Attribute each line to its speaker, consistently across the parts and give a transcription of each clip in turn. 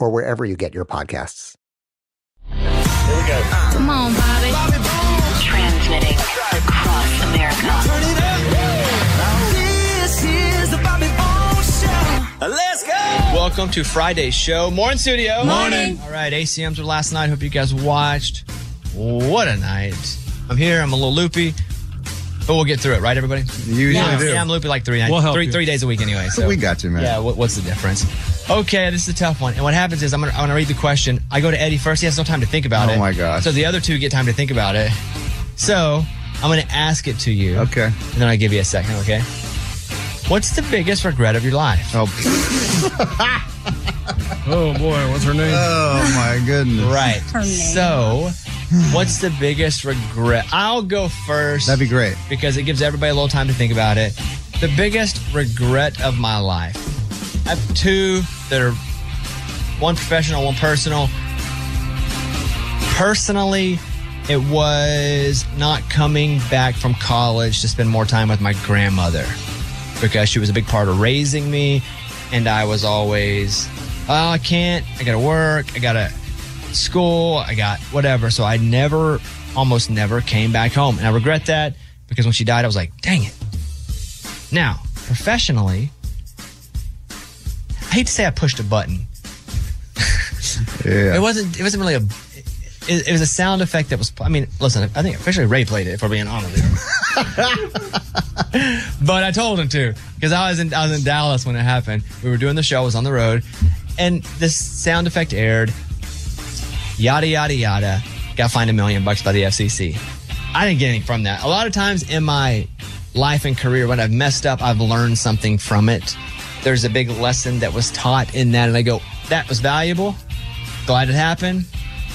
Speaker 1: or wherever you get your podcasts.
Speaker 2: Come on, Bobby.
Speaker 3: Transmitting across America.
Speaker 2: This is the Bobby Bones Show.
Speaker 4: Let's go! Welcome to Friday's show. Morning, studio.
Speaker 2: Morning.
Speaker 4: All right, ACMs were last night. Hope you guys watched. What a night. I'm here. I'm a little loopy, but we'll get through it, right, everybody?
Speaker 5: You usually
Speaker 4: yeah,
Speaker 5: do.
Speaker 4: yeah, I'm loopy like three nights.
Speaker 5: We'll help
Speaker 4: three,
Speaker 5: you.
Speaker 4: three days a week anyway. So
Speaker 5: We got you, man.
Speaker 4: Yeah, what, what's the difference? Okay, this is a tough one. And what happens is I'm gonna, I'm gonna read the question. I go to Eddie first. He has no time to think about
Speaker 5: Oh
Speaker 4: it.
Speaker 5: my gosh.
Speaker 4: So the other two get time to think about it. So I'm gonna ask it to you.
Speaker 5: Okay.
Speaker 4: And then I give you a second, okay? What's the biggest regret of your life?
Speaker 5: Oh,
Speaker 6: Oh boy, what's her name?
Speaker 5: oh my goodness.
Speaker 4: Right.
Speaker 2: name.
Speaker 4: So, what's the biggest regret? I'll go first.
Speaker 5: That'd be great.
Speaker 4: because it gives everybody a little time to think about it. The biggest regret of my life. I have two that are one professional, one personal. Personally, it was not coming back from college to spend more time with my grandmother because she was a big part of raising me. And I was always, oh, I can't. I got to work. I got to school. I got whatever. So I never, almost never came back home. And I regret that because when she died, I was like, dang it. Now, professionally, I hate to say I pushed a button.
Speaker 5: Yeah.
Speaker 4: It wasn't. It wasn't really a. It, it was a sound effect that was. I mean, listen. I think officially Ray played it. If we're being honest. but I told him to because I was in I was in Dallas when it happened. We were doing the show. I was on the road, and this sound effect aired. Yada yada yada. Got fined a million bucks by the FCC. I didn't get anything from that. A lot of times in my life and career, when I've messed up, I've learned something from it. There's a big lesson that was taught in that, and I go, that was valuable glad it happened.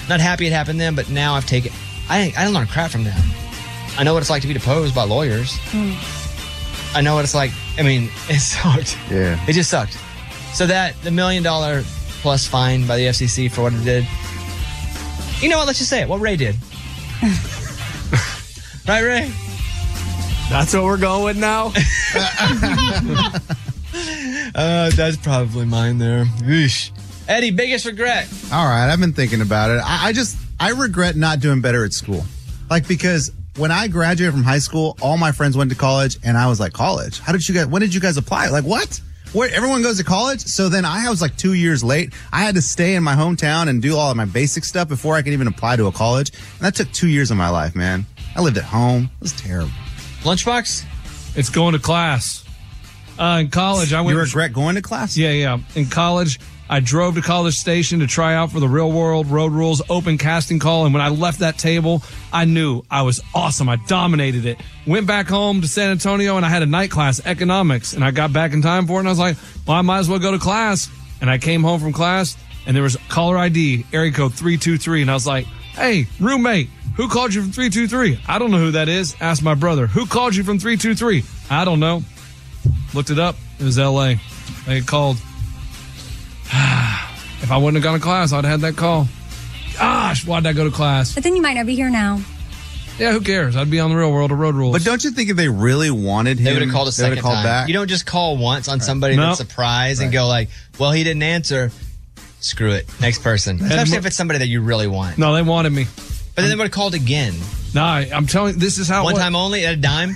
Speaker 4: Not happy it happened then, but now I've taken. I I didn't learn crap from that. I know what it's like to be deposed by lawyers.
Speaker 2: Hmm.
Speaker 4: I know what it's like. I mean, it sucked.
Speaker 5: Yeah.
Speaker 4: It just sucked. So that the million dollar plus fine by the FCC for what it did. You know what? Let's just say it. What Ray did. right, Ray.
Speaker 6: That's what we're going with now.
Speaker 4: Uh, that's probably mine there. Oosh. Eddie, biggest regret.
Speaker 5: All right, I've been thinking about it. I, I just I regret not doing better at school, like because when I graduated from high school, all my friends went to college, and I was like, college? How did you guys? When did you guys apply? Like what? Where everyone goes to college? So then I was like two years late. I had to stay in my hometown and do all of my basic stuff before I could even apply to a college, and that took two years of my life, man. I lived at home. It was terrible.
Speaker 4: Lunchbox.
Speaker 6: It's going to class. Uh, in college, I went.
Speaker 5: You regret going to class?
Speaker 6: Yeah, yeah. In college, I drove to College Station to try out for the Real World Road Rules open casting call. And when I left that table, I knew I was awesome. I dominated it. Went back home to San Antonio and I had a night class, economics. And I got back in time for it and I was like, well, I might as well go to class. And I came home from class and there was caller ID, area code 323. And I was like, hey, roommate, who called you from 323? I don't know who that is. Asked my brother, who called you from 323? I don't know. Looked it up. It was LA. They had called. If I wouldn't have gone to class, I'd have had that call. Gosh, why'd I go to class?
Speaker 7: But then you might not be here now.
Speaker 6: Yeah, who cares? I'd be on the real world of road rules.
Speaker 5: But don't you think if they really wanted him,
Speaker 4: They would have called a
Speaker 5: they would've
Speaker 4: second
Speaker 5: called
Speaker 4: time.
Speaker 5: back?
Speaker 4: You don't just call once on somebody
Speaker 6: Nope.
Speaker 4: that's surprised and go like, "Well, he didn't answer." Screw it. Next person. Especially if it's somebody that you really want.
Speaker 6: no, they wanted me.
Speaker 4: But then they would have called again.
Speaker 6: No, I, I'm telling. This is how
Speaker 4: One
Speaker 6: it was.
Speaker 4: time only at a dime.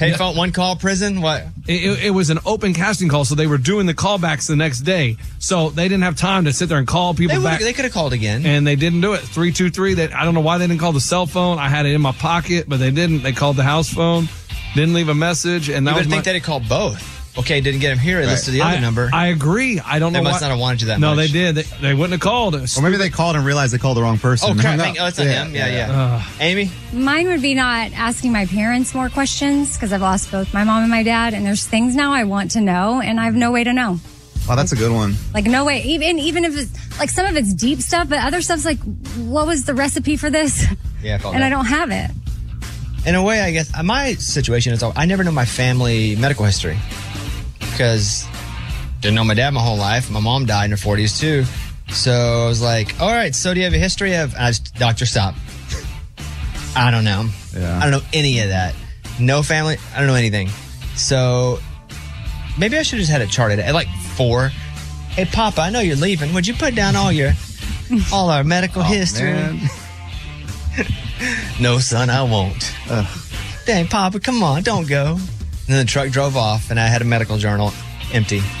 Speaker 4: Pay phone, one call, prison. What?
Speaker 6: It, it- it was an open casting call, so they were doing the callbacks the next day. So they didn't have time to sit there and call people
Speaker 4: They would.
Speaker 6: back.
Speaker 4: They could have called again.
Speaker 6: and they didn't do it. Three two three. That I don't know why they didn't call the cell phone. I had it in my pocket, but they didn't. They called the house phone, didn't leave a message, and that
Speaker 4: you would
Speaker 6: was my,
Speaker 4: think they'd have called both. Okay, didn't get him here. Let's do the other
Speaker 6: I,
Speaker 4: number.
Speaker 6: I agree. I don't
Speaker 4: They
Speaker 6: know.
Speaker 4: must
Speaker 6: why-
Speaker 4: not have wanted you that
Speaker 6: No,
Speaker 4: much.
Speaker 6: they did. They, they wouldn't have called us.
Speaker 5: Or maybe they called and realized they called the wrong person.
Speaker 4: oh
Speaker 5: and
Speaker 4: crap!
Speaker 5: hung
Speaker 4: Thank,
Speaker 5: up.
Speaker 4: oh, it's not him. Yeah, yeah. Amy,
Speaker 7: Mine would be not asking my parents more questions because I've lost both my mom and my dad, and there's things now I want to know, and I have no way to know.
Speaker 5: Wow, that's a good one.
Speaker 7: Like no way, even even if it's like some of it's deep stuff, but other stuff's like, what was the recipe for this?
Speaker 4: Yeah, I call
Speaker 7: and
Speaker 4: that.
Speaker 7: I don't have it.
Speaker 4: in a way, I guess uh, my situation is I never know my family medical history because didn't know my dad my whole life. My mom died in her forties too, so I was like, "All right, so do you have a history of?" And I just, Doctor, stop. I don't know.
Speaker 5: Yeah.
Speaker 4: I don't know any of that. No family. I don't know anything. So maybe I should have just had it charted at like four. Hey, Papa, I know you're leaving. Would you put down all your all our medical history?
Speaker 5: Oh, Man.
Speaker 4: No, son, I won't. Dang, Papa, come on, don't go. And then the truck drove off, and I had a medical journal empty.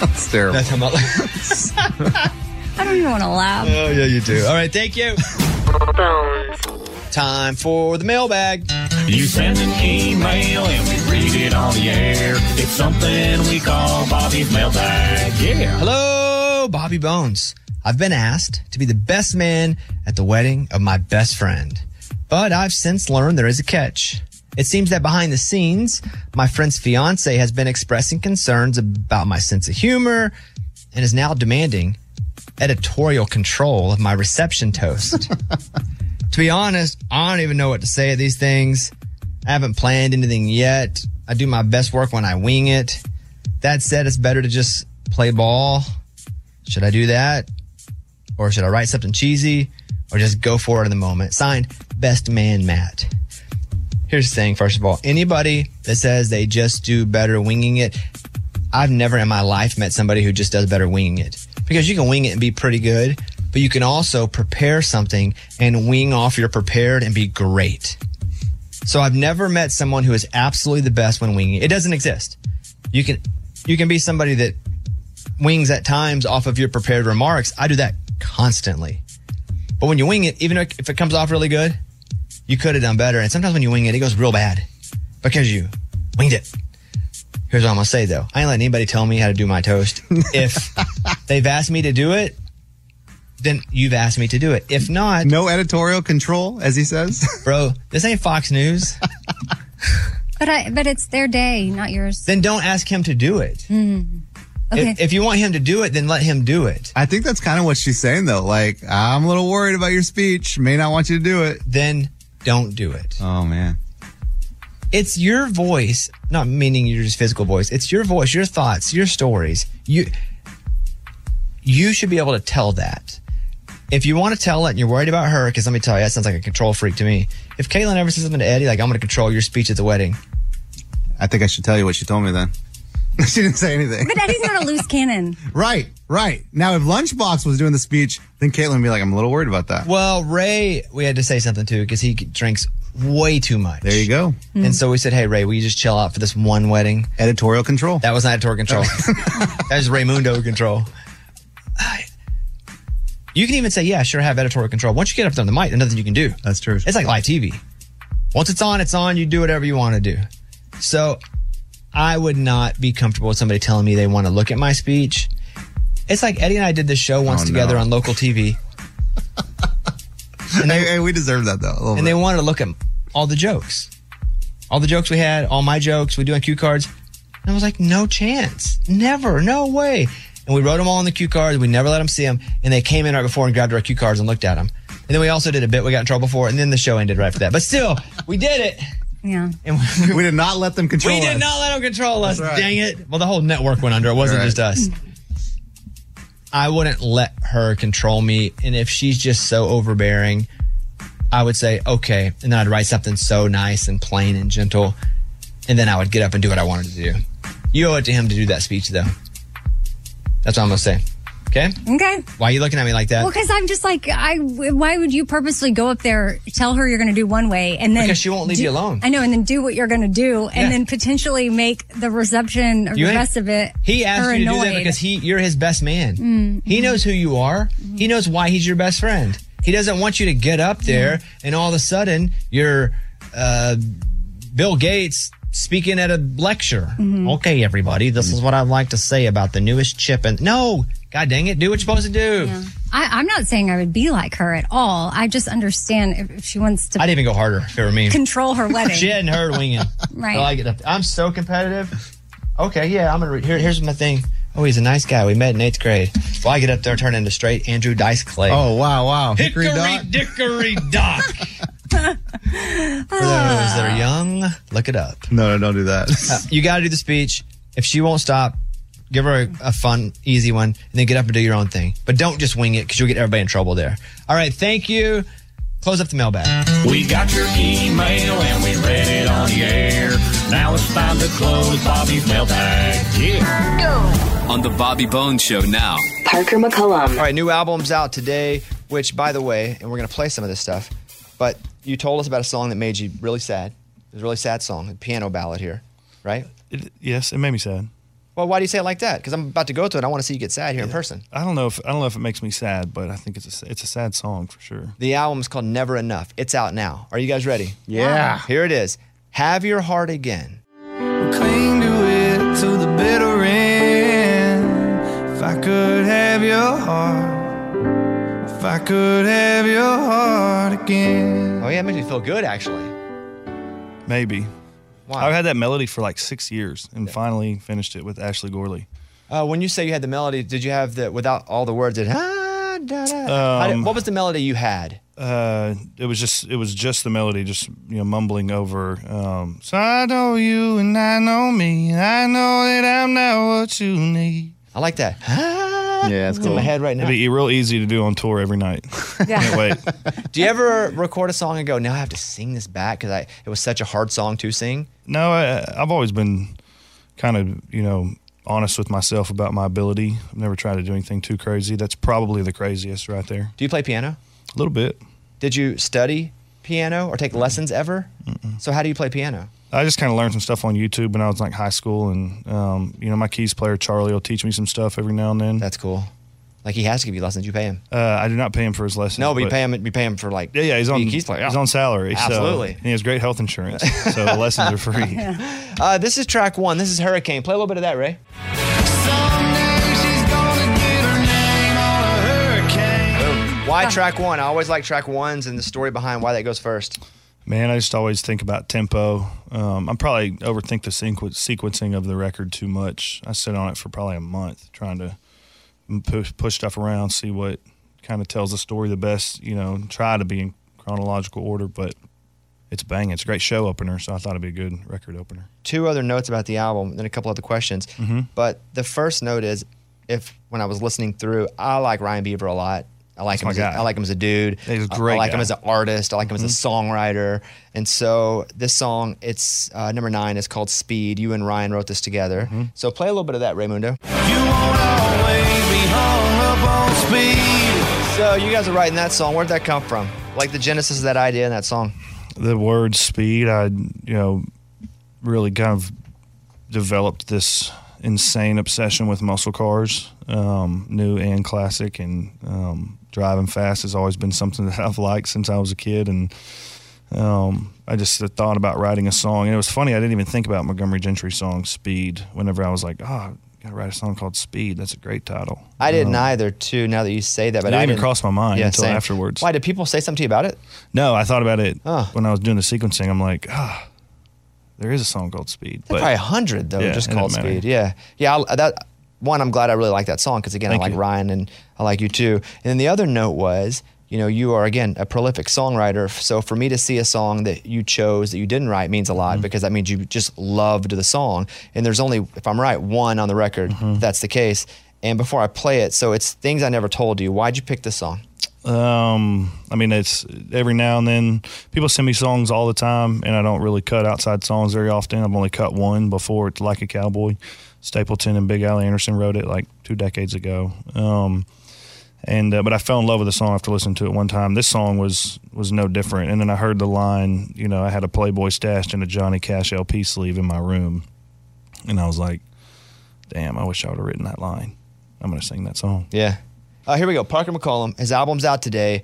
Speaker 5: That's terrible.
Speaker 4: That's how my life.
Speaker 7: I don't even want to
Speaker 2: Um,
Speaker 7: laugh.
Speaker 4: oh, yeah, you do. All right, thank you. Time for the mailbag.
Speaker 8: You send an email and we read it on the air. It's something we call Bobby's mailbag. Yeah.
Speaker 4: Hello, Bobby Bones. I've been asked to be the best man at the wedding of my best friend, but I've since learned there is a catch. It seems that behind the scenes, my friend's fiance has been expressing concerns about my sense of humor and is now demanding editorial control of my reception toast. to be honest, I don't even know what to say of these things. I haven't planned anything yet. I do my best work when I wing it. That said, it's better to just play ball. Should I do that? Or should I write something cheesy? Or just go for it in the moment? Signed, Best Man Matt. Here's the thing, first of all, anybody that says they just do better winging it, I've never in my life met somebody who just does better winging it. Because you can wing it and be pretty good, but you can also prepare something and wing off your prepared and be great. So I've never met someone who is absolutely the best when winging. It doesn't exist. You can you can be somebody that wings at times off of your prepared remarks. I do that constantly. But when you wing it, even if it comes off really good, you could have done better. And sometimes when you wing it, it goes real bad because you winged it. Here's what I'm gonna say though. I ain't letting anybody tell me how to do my toast. If they've asked me to do it, then you've asked me to do it. If not,
Speaker 5: No editorial control, as he says.
Speaker 4: bro, this ain't Fox News.
Speaker 7: But I but it's their day, not yours. Hmm.
Speaker 4: then don't ask him to do it.
Speaker 7: Okay.
Speaker 4: If, if you want him to do it, then let him do it.
Speaker 5: I think that's kind of what she's saying, though. Like, I'm a little worried about your speech. May not want you to do it.
Speaker 4: Then don't do it.
Speaker 5: Oh, man.
Speaker 4: It's your voice, not meaning your just physical voice. It's your voice, your thoughts, your stories. You you should be able to tell that. If you want to tell it and you're worried about her, because let me tell you, that sounds like a control freak to me. If Caitlin ever says something to Eddie, like I'm going to control your speech at the wedding,
Speaker 5: I think I should tell you what she told me then. she didn't say anything.
Speaker 7: but Eddie's not a loose cannon.
Speaker 5: Right, right. Now, if Lunchbox was doing the speech, then Caitlin would be like, I'm a little worried about that.
Speaker 4: Well, Ray, we had to say something too because he drinks way too much.
Speaker 5: There you go.
Speaker 4: And so we said, "Hey, Ray, will you just chill out for this one wedding?"
Speaker 5: Editorial control. Oh.
Speaker 4: That was not tour control. that was Raymundo control. You can even say, "Yeah, sure, have editorial control." Once you get up there on the mic, there's nothing you can do.
Speaker 5: That's true.
Speaker 4: It's like live TV. Once it's on, it's on. You do whatever you want to do. So, I would not be comfortable with somebody telling me they want to look at my speech. It's like Eddie and I did this show once
Speaker 5: Oh, no.
Speaker 4: together on local TV.
Speaker 5: hey, hey, we deserve that, though. a little
Speaker 4: and they
Speaker 5: bit.
Speaker 4: wanted to look at all the jokes, all the jokes we had, all my jokes. We do on cue cards, and I was like, no chance, never, no way. And we wrote them all on the cue cards. We never let them see them, and they came in right before and grabbed our cue cards and looked at them. And then we also did a bit we got in trouble for, and then the show ended right after that. But still, we did it,
Speaker 7: Yeah.
Speaker 4: and
Speaker 5: we did not let them control
Speaker 4: we did
Speaker 5: us.
Speaker 4: not let them control us.
Speaker 5: That's right.
Speaker 4: Dang it! Well, the whole network went under. It wasn't
Speaker 5: Right.
Speaker 4: just us. I wouldn't let her control me. And if she's just so overbearing, I would say, okay. And then I'd write something so nice and plain and gentle. And then I would get up and do what I wanted to do. You owe it to him to do that speech, though. That's what I'm going to say. Okay?
Speaker 7: Okay.
Speaker 4: Why are you looking at me like that?
Speaker 7: Well, because I'm just like, I. Why would you purposely go up there, tell her you're going to do one way, and then
Speaker 4: Because she won't leave
Speaker 7: do-
Speaker 4: you alone.
Speaker 7: I know, and then do what you're going to do, and
Speaker 4: Yeah.
Speaker 7: then potentially make the reception or
Speaker 4: You
Speaker 7: the
Speaker 4: ain't-
Speaker 7: rest of it.
Speaker 4: He asked
Speaker 7: her
Speaker 4: you to
Speaker 7: annoyed.
Speaker 4: do that because he you're his best man.
Speaker 7: Mm.
Speaker 4: He knows who you are. He knows why he's your best friend. He doesn't want you to get up there and all of a sudden you're uh, Bill Gates speaking at a lecture.
Speaker 7: Mm-hmm.
Speaker 9: Mhm.
Speaker 4: Okay, everybody, this is what I'd like to say about the newest chip. And no, god dang it, do what you're supposed to do.
Speaker 7: I, I'm not saying I would be like her at all. I just understand if, if she wants to
Speaker 4: I'd even go harder if it were me.
Speaker 7: control her wedding.
Speaker 4: she hadn't heard winging.
Speaker 7: Right.
Speaker 4: I like it. I'm so competitive. Okay, yeah, I'm gonna. Re- here, here's my thing. Oh, he's a nice guy. We met in eighth grade. Well, I get up there, and turn into straight Andrew Dice Clay.
Speaker 5: Oh, wow, wow. Hickory
Speaker 4: hickory
Speaker 5: dock.
Speaker 4: dickory dock. For those
Speaker 2: uh,
Speaker 4: that are young, look it up.
Speaker 5: No, no, don't do that.
Speaker 4: Uh, you got to do the speech. If she won't stop, give her a, a fun, easy one, and then get up and do your own thing. But don't just wing it because you'll get everybody in trouble there. All right, thank you. Close up the mailbag.
Speaker 8: We got your email and we read it on the air. Now it's time to close Bobby's mailbag. Yeah.
Speaker 10: On the Bobby Bones Show now.
Speaker 4: Parker McCullum. All right, new album's out today, which, by the way, and we're going to play some of this stuff, but you told us about a song that made you really sad. It was a really sad song, a piano ballad here, right?
Speaker 11: It, yes, it made me sad.
Speaker 4: Well, why do you say it like that? Because I'm about to go through it. I want to see you get sad here in person.
Speaker 11: I don't know if I don't know if it makes me sad, but I think it's a it's a sad song for sure.
Speaker 4: The album's called Never Enough. It's out now. Are you guys ready?
Speaker 11: Yeah.
Speaker 4: Here it is Have Your Heart Again.
Speaker 9: Cling to it to the bitter end. If I could have your heart, if I could have your heart again.
Speaker 4: Oh, yeah, it makes me feel good, actually.
Speaker 11: Maybe. I've had that melody for like six years, and finally finished it with Ashley Gorley.
Speaker 4: Uh, when you say you had the melody, did you have the, without all the words, did, ah, da, da. How did-
Speaker 11: Um,
Speaker 4: what was the melody you had?
Speaker 11: Uh, it was just it was just the melody, just you know, mumbling over. Um, so I know you and I know me, and I know that I'm not what you need.
Speaker 4: I like that.
Speaker 11: yeah,
Speaker 4: it's It's in cool. my head right now.
Speaker 11: It'd be real easy to do on tour every night. Can't wait.
Speaker 4: Do you ever record a song and go, now I have to sing this back because I it was such a hard song to sing?
Speaker 11: No, I, I've always been kind of, you know, honest with myself about my ability. I've never tried to do anything too crazy. That's probably the craziest right there.
Speaker 4: Do you play piano?
Speaker 11: A little bit.
Speaker 4: Did you study piano or take lessons ever? So how do you play piano?
Speaker 11: I just kind of learned some stuff on YouTube when I was like high school, and um, you know, my keys player Charlie will teach me some stuff every now and then.
Speaker 4: That's cool. Like he has to give you lessons. You pay him.
Speaker 11: Uh, I do not pay him for his lessons.
Speaker 4: No, but you pay him. You pay him for like
Speaker 11: yeah, yeah. He's
Speaker 4: to be
Speaker 11: on
Speaker 4: a keys player.
Speaker 11: He's
Speaker 4: Yeah.
Speaker 11: on salary. so-
Speaker 4: Absolutely.
Speaker 11: and he has great health insurance, so the lessons are free.
Speaker 4: Uh, this is track one. This is Hurricane. Play a little bit of that, Ray. Why track one? I always like track ones and the story behind why that goes first.
Speaker 11: Man, I just always think about tempo. Um, I probably overthink the sequ- sequencing of the record too much. I sit on it for probably a month trying to m- push, push stuff around, see what kind of tells the story the best. You know, try to be in chronological order, but it's banging. It's a great show opener, so I thought it'd be a good record opener.
Speaker 4: Two other notes about the album, and then a couple other questions.
Speaker 11: Mhm.
Speaker 4: But the first note is, if when I was listening through, I like Ryan Beaver a lot. I like
Speaker 11: That's
Speaker 4: him.
Speaker 11: my
Speaker 4: As a,
Speaker 11: guy.
Speaker 4: I like him as a dude.
Speaker 11: He's a
Speaker 4: I-
Speaker 11: great
Speaker 4: I like
Speaker 11: guy.
Speaker 4: him as an artist. I like him
Speaker 11: Mhm.
Speaker 4: as a songwriter. And so this song, it's uh, number nine, is called Speed. You and Ryan wrote this together.
Speaker 11: Mm-hmm.
Speaker 4: So play a little bit of that, Raymundo. So you guys are writing that song. Where'd that come from? Like the genesis of that idea in that song.
Speaker 11: the word speed, I, you know, really kind of developed this insane obsession with muscle cars, um, new and classic. And um, driving fast has always been something that I've liked since I was a kid. And um, I just thought about writing a song. And it was funny, I didn't even think about Montgomery Gentry's song Speed whenever I was like, ah, I gotta write a song called Speed. That's a great title.
Speaker 4: I didn't
Speaker 11: Um,
Speaker 4: either, too. Now that you say that,
Speaker 11: It
Speaker 4: but
Speaker 11: didn't
Speaker 4: I
Speaker 11: even
Speaker 4: didn't
Speaker 11: cross my mind until
Speaker 4: same.
Speaker 11: afterwards.
Speaker 4: Why did people say something to you about it?
Speaker 11: No, I thought about it when I was doing the sequencing. I'm like, ah, there is a song called Speed.
Speaker 4: There's probably a hundred though,
Speaker 11: Yeah,
Speaker 4: just
Speaker 11: it doesn't
Speaker 4: called
Speaker 11: matter.
Speaker 4: Speed. Yeah, yeah. I, that one, I'm glad I really like that song because again,
Speaker 11: Thank
Speaker 4: I like
Speaker 11: you.
Speaker 4: Ryan and I like you too. And then the other note was, you know, you are again a prolific songwriter. So for me to see a song that you chose that you didn't write means a lot
Speaker 11: Mm-hmm.
Speaker 4: because that
Speaker 11: Mm-hmm.
Speaker 4: means you just loved the song. And there's only, if I'm right, one on the record. If that's the case. And before I play it, so it's things I never told you. Why'd you pick this song?
Speaker 11: Um, I mean, it's every now and then people send me songs all the time, and I don't really cut outside songs very often. I've only cut one before. It's like a cowboy. Stapleton and Big Alley Anderson wrote it like two decades ago. Um, and uh, but I fell in love with the song after listening to it one time. This song was was no different. And then I heard the line, you know, I had a Playboy stashed in a Johnny Cash LP sleeve in my room, and I was like, damn, I wish I would have written that line. I'm gonna sing that song.
Speaker 4: Yeah. Uh, here we go. Parker McCollum. His album's out today.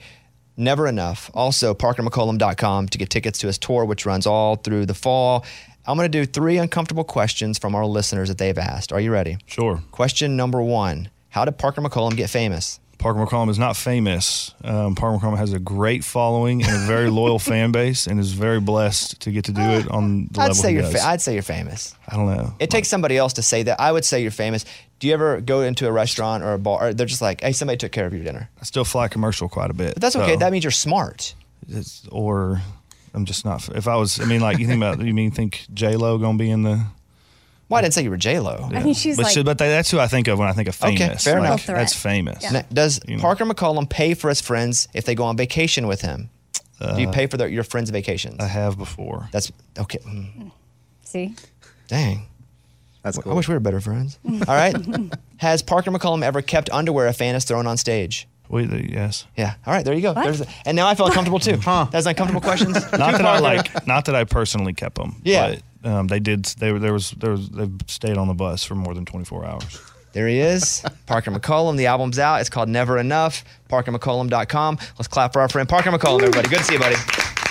Speaker 4: Never enough. Also, parkermccollum.com to get tickets to his tour, which runs all through the fall. I'm going to do three uncomfortable questions from our listeners that they've asked. Are you ready?
Speaker 11: Sure.
Speaker 4: Question number one How did Parker McCollum get famous?
Speaker 11: Parker McCollum is not famous. Um, Parker McCollum has a great following and a very loyal fan base, and is very blessed to get to do it on the
Speaker 4: I'd
Speaker 11: level
Speaker 4: say
Speaker 11: he
Speaker 4: you're.
Speaker 11: does.
Speaker 4: Fa- I'd say you're famous.
Speaker 11: I don't know.
Speaker 4: It takes somebody else to say that. I would say you're famous. Do you ever go into a restaurant or a bar? Or they're just like, "Hey, somebody took care of your dinner."
Speaker 11: I still fly commercial quite a bit.
Speaker 4: But that's
Speaker 11: so
Speaker 4: okay. That means you're smart.
Speaker 11: it's- or I'm just not. If I was, I mean, like you think about, you mean think J Lo gonna be in the?
Speaker 4: Well, I didn't say you were J Lo.
Speaker 11: Yeah. but, she- but that's who I think of when I think of famous.
Speaker 4: Okay, fair
Speaker 11: Like,
Speaker 4: enough.
Speaker 11: That's famous.
Speaker 4: Now, does Parker McCollum pay for his friends if they go on vacation with him? Do you
Speaker 11: Uh,
Speaker 4: pay for their, your friends' vacations? I
Speaker 11: have before.
Speaker 4: That's okay. mm,
Speaker 7: See?
Speaker 4: Dang. That's cool. I wish we were better friends. All right. Has Parker McCollum ever kept underwear a fan has thrown on stage?
Speaker 11: We, yes.
Speaker 4: Yeah. All right. There you go. There's the- and now I feel comfortable too. Huh. That's uncomfortable questions.
Speaker 11: Not that I like. Not that I personally kept them.
Speaker 4: Yeah.
Speaker 11: But, um, they did. They were there was there was they stayed on the bus for more than 24 hours.
Speaker 4: There he is, Parker McCollum. The album's out. It's called Never Enough. ParkerMcCollum.com. Let's clap for our friend Parker McCollum, everybody. Good to see you, buddy.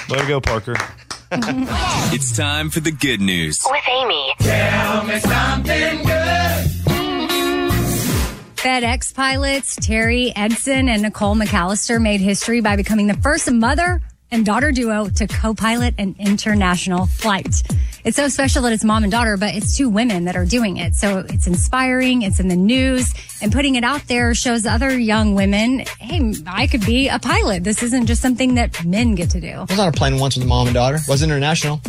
Speaker 11: There you go, Parker.
Speaker 10: It's time for the good news.
Speaker 3: With Amy.
Speaker 2: Tell me something good.
Speaker 7: FedEx pilots Terry Edson and Nicole McAllister made history by becoming the first mother and daughter duo to co pilot an international flight. It's so special that it's mom and daughter, but it's two women that are doing it. So it's inspiring, it's in the news, and putting it out there shows other young women hey, I could be a pilot. This isn't just something that men get to do.
Speaker 4: I was on a plane once with mom and daughter. Was international.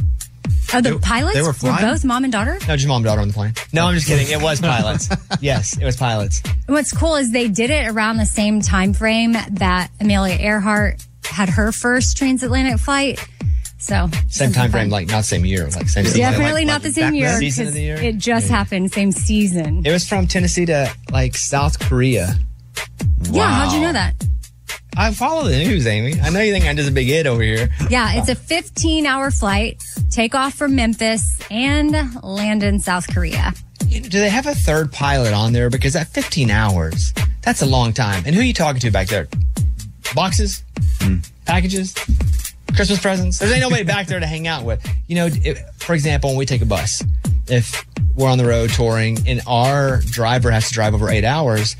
Speaker 7: Oh, the
Speaker 4: They-
Speaker 7: pilots
Speaker 4: they were flying?
Speaker 7: both mom and daughter?
Speaker 4: No, just mom and daughter on the plane. No, I'm just kidding. It was pilots. yes, it was pilots.
Speaker 7: What's cool is they did it around the same time frame that Amelia Earhart had her first transatlantic flight. So
Speaker 4: Same time frame, like not same year, like same season.
Speaker 7: definitely
Speaker 4: like,
Speaker 7: not the same year
Speaker 4: Season
Speaker 7: because
Speaker 4: of the year.
Speaker 7: it just happened same season.
Speaker 4: It was from Tennessee to like South Korea.
Speaker 7: Yeah, how'd you
Speaker 4: Wow.
Speaker 7: know that?
Speaker 4: I follow the news, Amy. I know you think I'm just a big idiot over here.
Speaker 7: Yeah, it's a 15 hour flight, take off from Memphis and land in South Korea.
Speaker 4: Do they have a third pilot on there? Because at 15 hours, that's a long time. And who are you talking to back there? Boxes,
Speaker 5: Hmm.
Speaker 4: packages, Christmas presents. There's ain't nobody back there to hang out with. You know, if, for example, when we take a bus, if we're on the road touring and our driver has to drive over eight hours,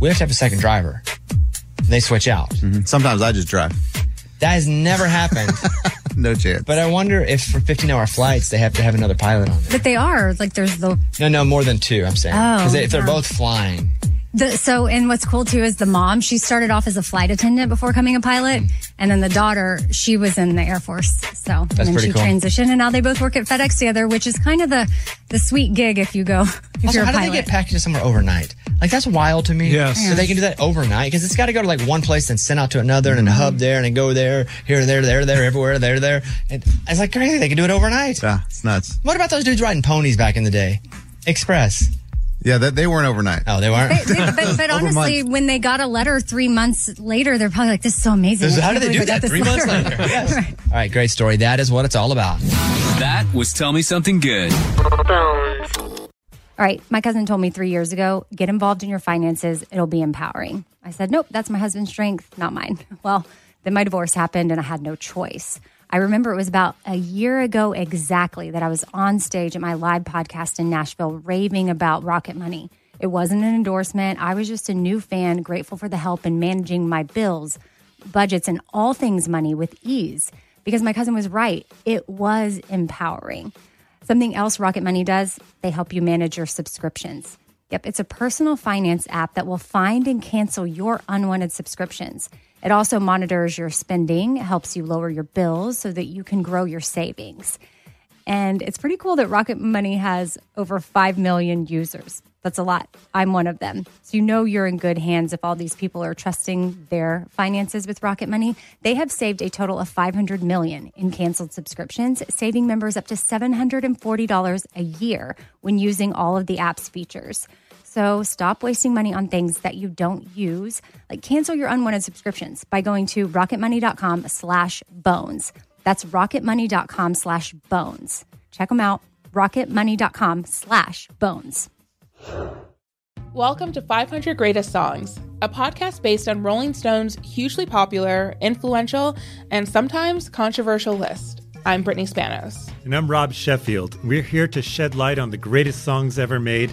Speaker 4: we have to have a second driver. And they switch out.
Speaker 5: Mm-hmm. Sometimes I just drive.
Speaker 4: That has never happened.
Speaker 5: no chance.
Speaker 4: But I wonder if for 15 hour flights, they have to have another pilot on.
Speaker 7: But they are like there's the
Speaker 4: No, no, more than two, I'm saying.
Speaker 7: Oh,
Speaker 4: Because if they're
Speaker 7: yeah.
Speaker 4: both flying,
Speaker 7: The, so, and what's cool too is the mom, she started off as a flight attendant before becoming a pilot. And then the daughter, she was in the Air Force. So,
Speaker 4: That's
Speaker 7: and then
Speaker 4: pretty
Speaker 7: she
Speaker 4: cool.
Speaker 7: transitioned and now they both work at FedEx together, which is kind of the, the sweet gig if you go, if
Speaker 4: Also,
Speaker 7: you're a
Speaker 4: how do
Speaker 7: pilot.
Speaker 4: they get packages somewhere overnight? Like that's wild to me.
Speaker 7: Yes.
Speaker 4: So they can do that overnight because it's got to go to like one place and sent out to another and then a
Speaker 5: Mm-hmm.
Speaker 4: hub there and then go there, here, there, there, there, everywhere, there, there. And it's like crazy. They can do it overnight.
Speaker 5: Yeah, it's nuts.
Speaker 4: What about those dudes riding ponies back in the day? Express.
Speaker 5: Yeah, that, they weren't overnight.
Speaker 4: Oh, they weren't.
Speaker 7: They- they- but but
Speaker 4: Over
Speaker 7: honestly, when they got a letter three months later, they're probably like, this is so amazing. I
Speaker 4: How
Speaker 7: can't
Speaker 4: did they
Speaker 7: believe
Speaker 4: do
Speaker 7: I
Speaker 4: that
Speaker 7: got this
Speaker 4: three months
Speaker 7: letter."
Speaker 4: later? Yes. All right, great story. That is what it's all about.
Speaker 10: That was Tell Me Something Good.
Speaker 7: All right, my cousin told me three years ago, get involved in your finances, it'll be empowering. I said, nope, that's my husband's strength, not mine. Well, then my divorce happened and I had no choice. I remember it was about a year ago exactly that I was on stage at my live podcast in Nashville raving about Rocket Money. It wasn't an endorsement. I was just a new fan, grateful for the help in managing my bills, budgets, and all things money with ease because my cousin was right. It was empowering. Something else Rocket Money does, they help you manage your subscriptions. Yep, it's a personal finance app that will find and cancel your unwanted subscriptions. It also monitors your spending, helps you lower your bills so that you can grow your savings. And it's pretty cool that Rocket Money has over 5 million users. That's a lot. I'm one of them. So you know you're in good hands if all these people are trusting their finances with Rocket Money. They have saved a total of 500 million in canceled subscriptions, saving members up to $740 a year when using all of the app's features. So stop wasting money on things that you don't use. Like cancel your unwanted subscriptions by going to rocketmoney.com slash bones. That's rocketmoney.com slash bones. Check them out. rocketmoney.com slash bones.
Speaker 12: Welcome to 500 Greatest Songs, a podcast based on Rolling Stone's hugely popular, influential, and sometimes controversial list. I'm Brittany Spanos.
Speaker 13: And I'm Rob Sheffield. We're here to shed light on the greatest songs ever made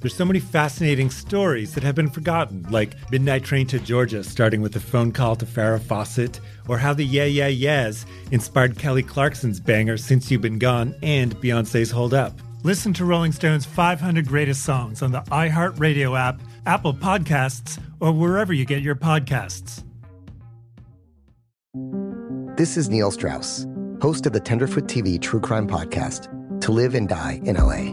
Speaker 13: There's so many fascinating stories that have been forgotten, like Midnight Train to Georgia starting with a phone call to Farrah Fawcett, or how the Yeah Yeah Yeahs inspired Kelly Clarkson's banger Since You've Been Gone and Beyonce's Hold Up. Listen to Rolling Stone's 500 Greatest Songs on the iHeartRadio app, Apple Podcasts, or wherever you get your podcasts.
Speaker 1: This is Neil Strauss, host of the Tenderfoot TV True Crime Podcast, To Live and Die in LA.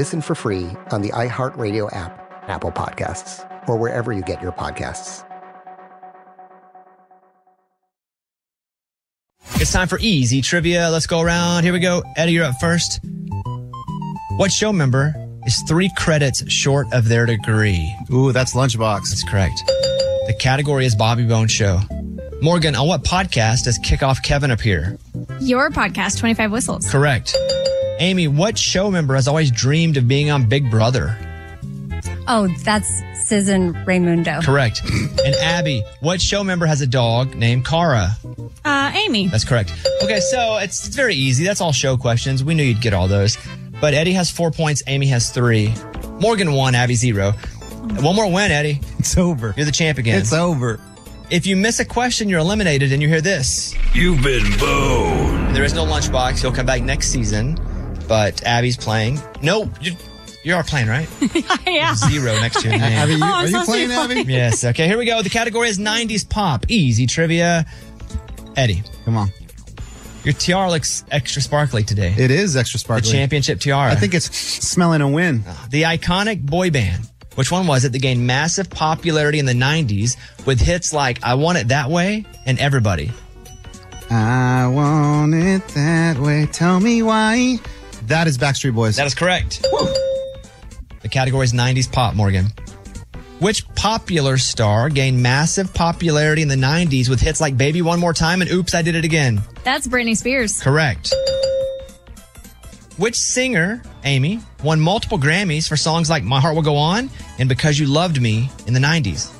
Speaker 1: Listen for free on the iHeartRadio app, Apple Podcasts, or wherever you get your podcasts.
Speaker 4: It's time for easy trivia. Let's go around. Here we go. Eddie, you're up first. What show member is three credits short of their degree? Ooh, that's Lunchbox. That's correct. The category is Bobby Bone Show. Morgan, on what podcast does Kickoff Kevin appear?
Speaker 14: Your podcast, 25 Whistles.
Speaker 4: Correct. Amy, what show member has always dreamed of being on Big Brother?
Speaker 7: Oh, that's Susan Raimundo.
Speaker 4: Correct. And Abby, what show member has a dog named Kara?
Speaker 14: Uh, Amy.
Speaker 4: That's correct. Okay, so it's, it's very easy. That's all show questions. We knew you'd get all those. But Eddie has four points, Amy has three. Morgan one, Abby zero. One more win, Eddie. It's over. You're the champ again. It's over. If you miss a question, you're eliminated, and you hear this.
Speaker 8: You've been boned.
Speaker 4: There is no lunchbox. He'll come back next season, but Abby's playing. No, you, you are playing, right?
Speaker 14: yeah.
Speaker 4: Zero next to your name.
Speaker 14: Abby, you- Oh, I'm are you supposed to be playing, Abby? playing.
Speaker 4: Yes. Okay, here we go. The category is 90s pop. Easy trivia. Eddie. Come on. Your tiara looks extra sparkly today.
Speaker 5: It is extra sparkly.
Speaker 4: The championship tiara.
Speaker 5: I think it's smelling a win.
Speaker 4: The iconic boy band. Which one was it that gained massive popularity in the 90s with hits like I Want It That Way and Everybody?
Speaker 5: I want it that way. Tell me why. That is Backstreet Boys. That
Speaker 4: is correct. The category is 90s pop, Morgan. Which popular star gained massive popularity in the 90s with hits like Baby One More Time and Oops, I Did It Again?
Speaker 14: That's Britney Spears.
Speaker 4: Correct. Which singer, Amy, won multiple Grammys for songs like My Heart Will Go On and Because You Loved Me in the 90s?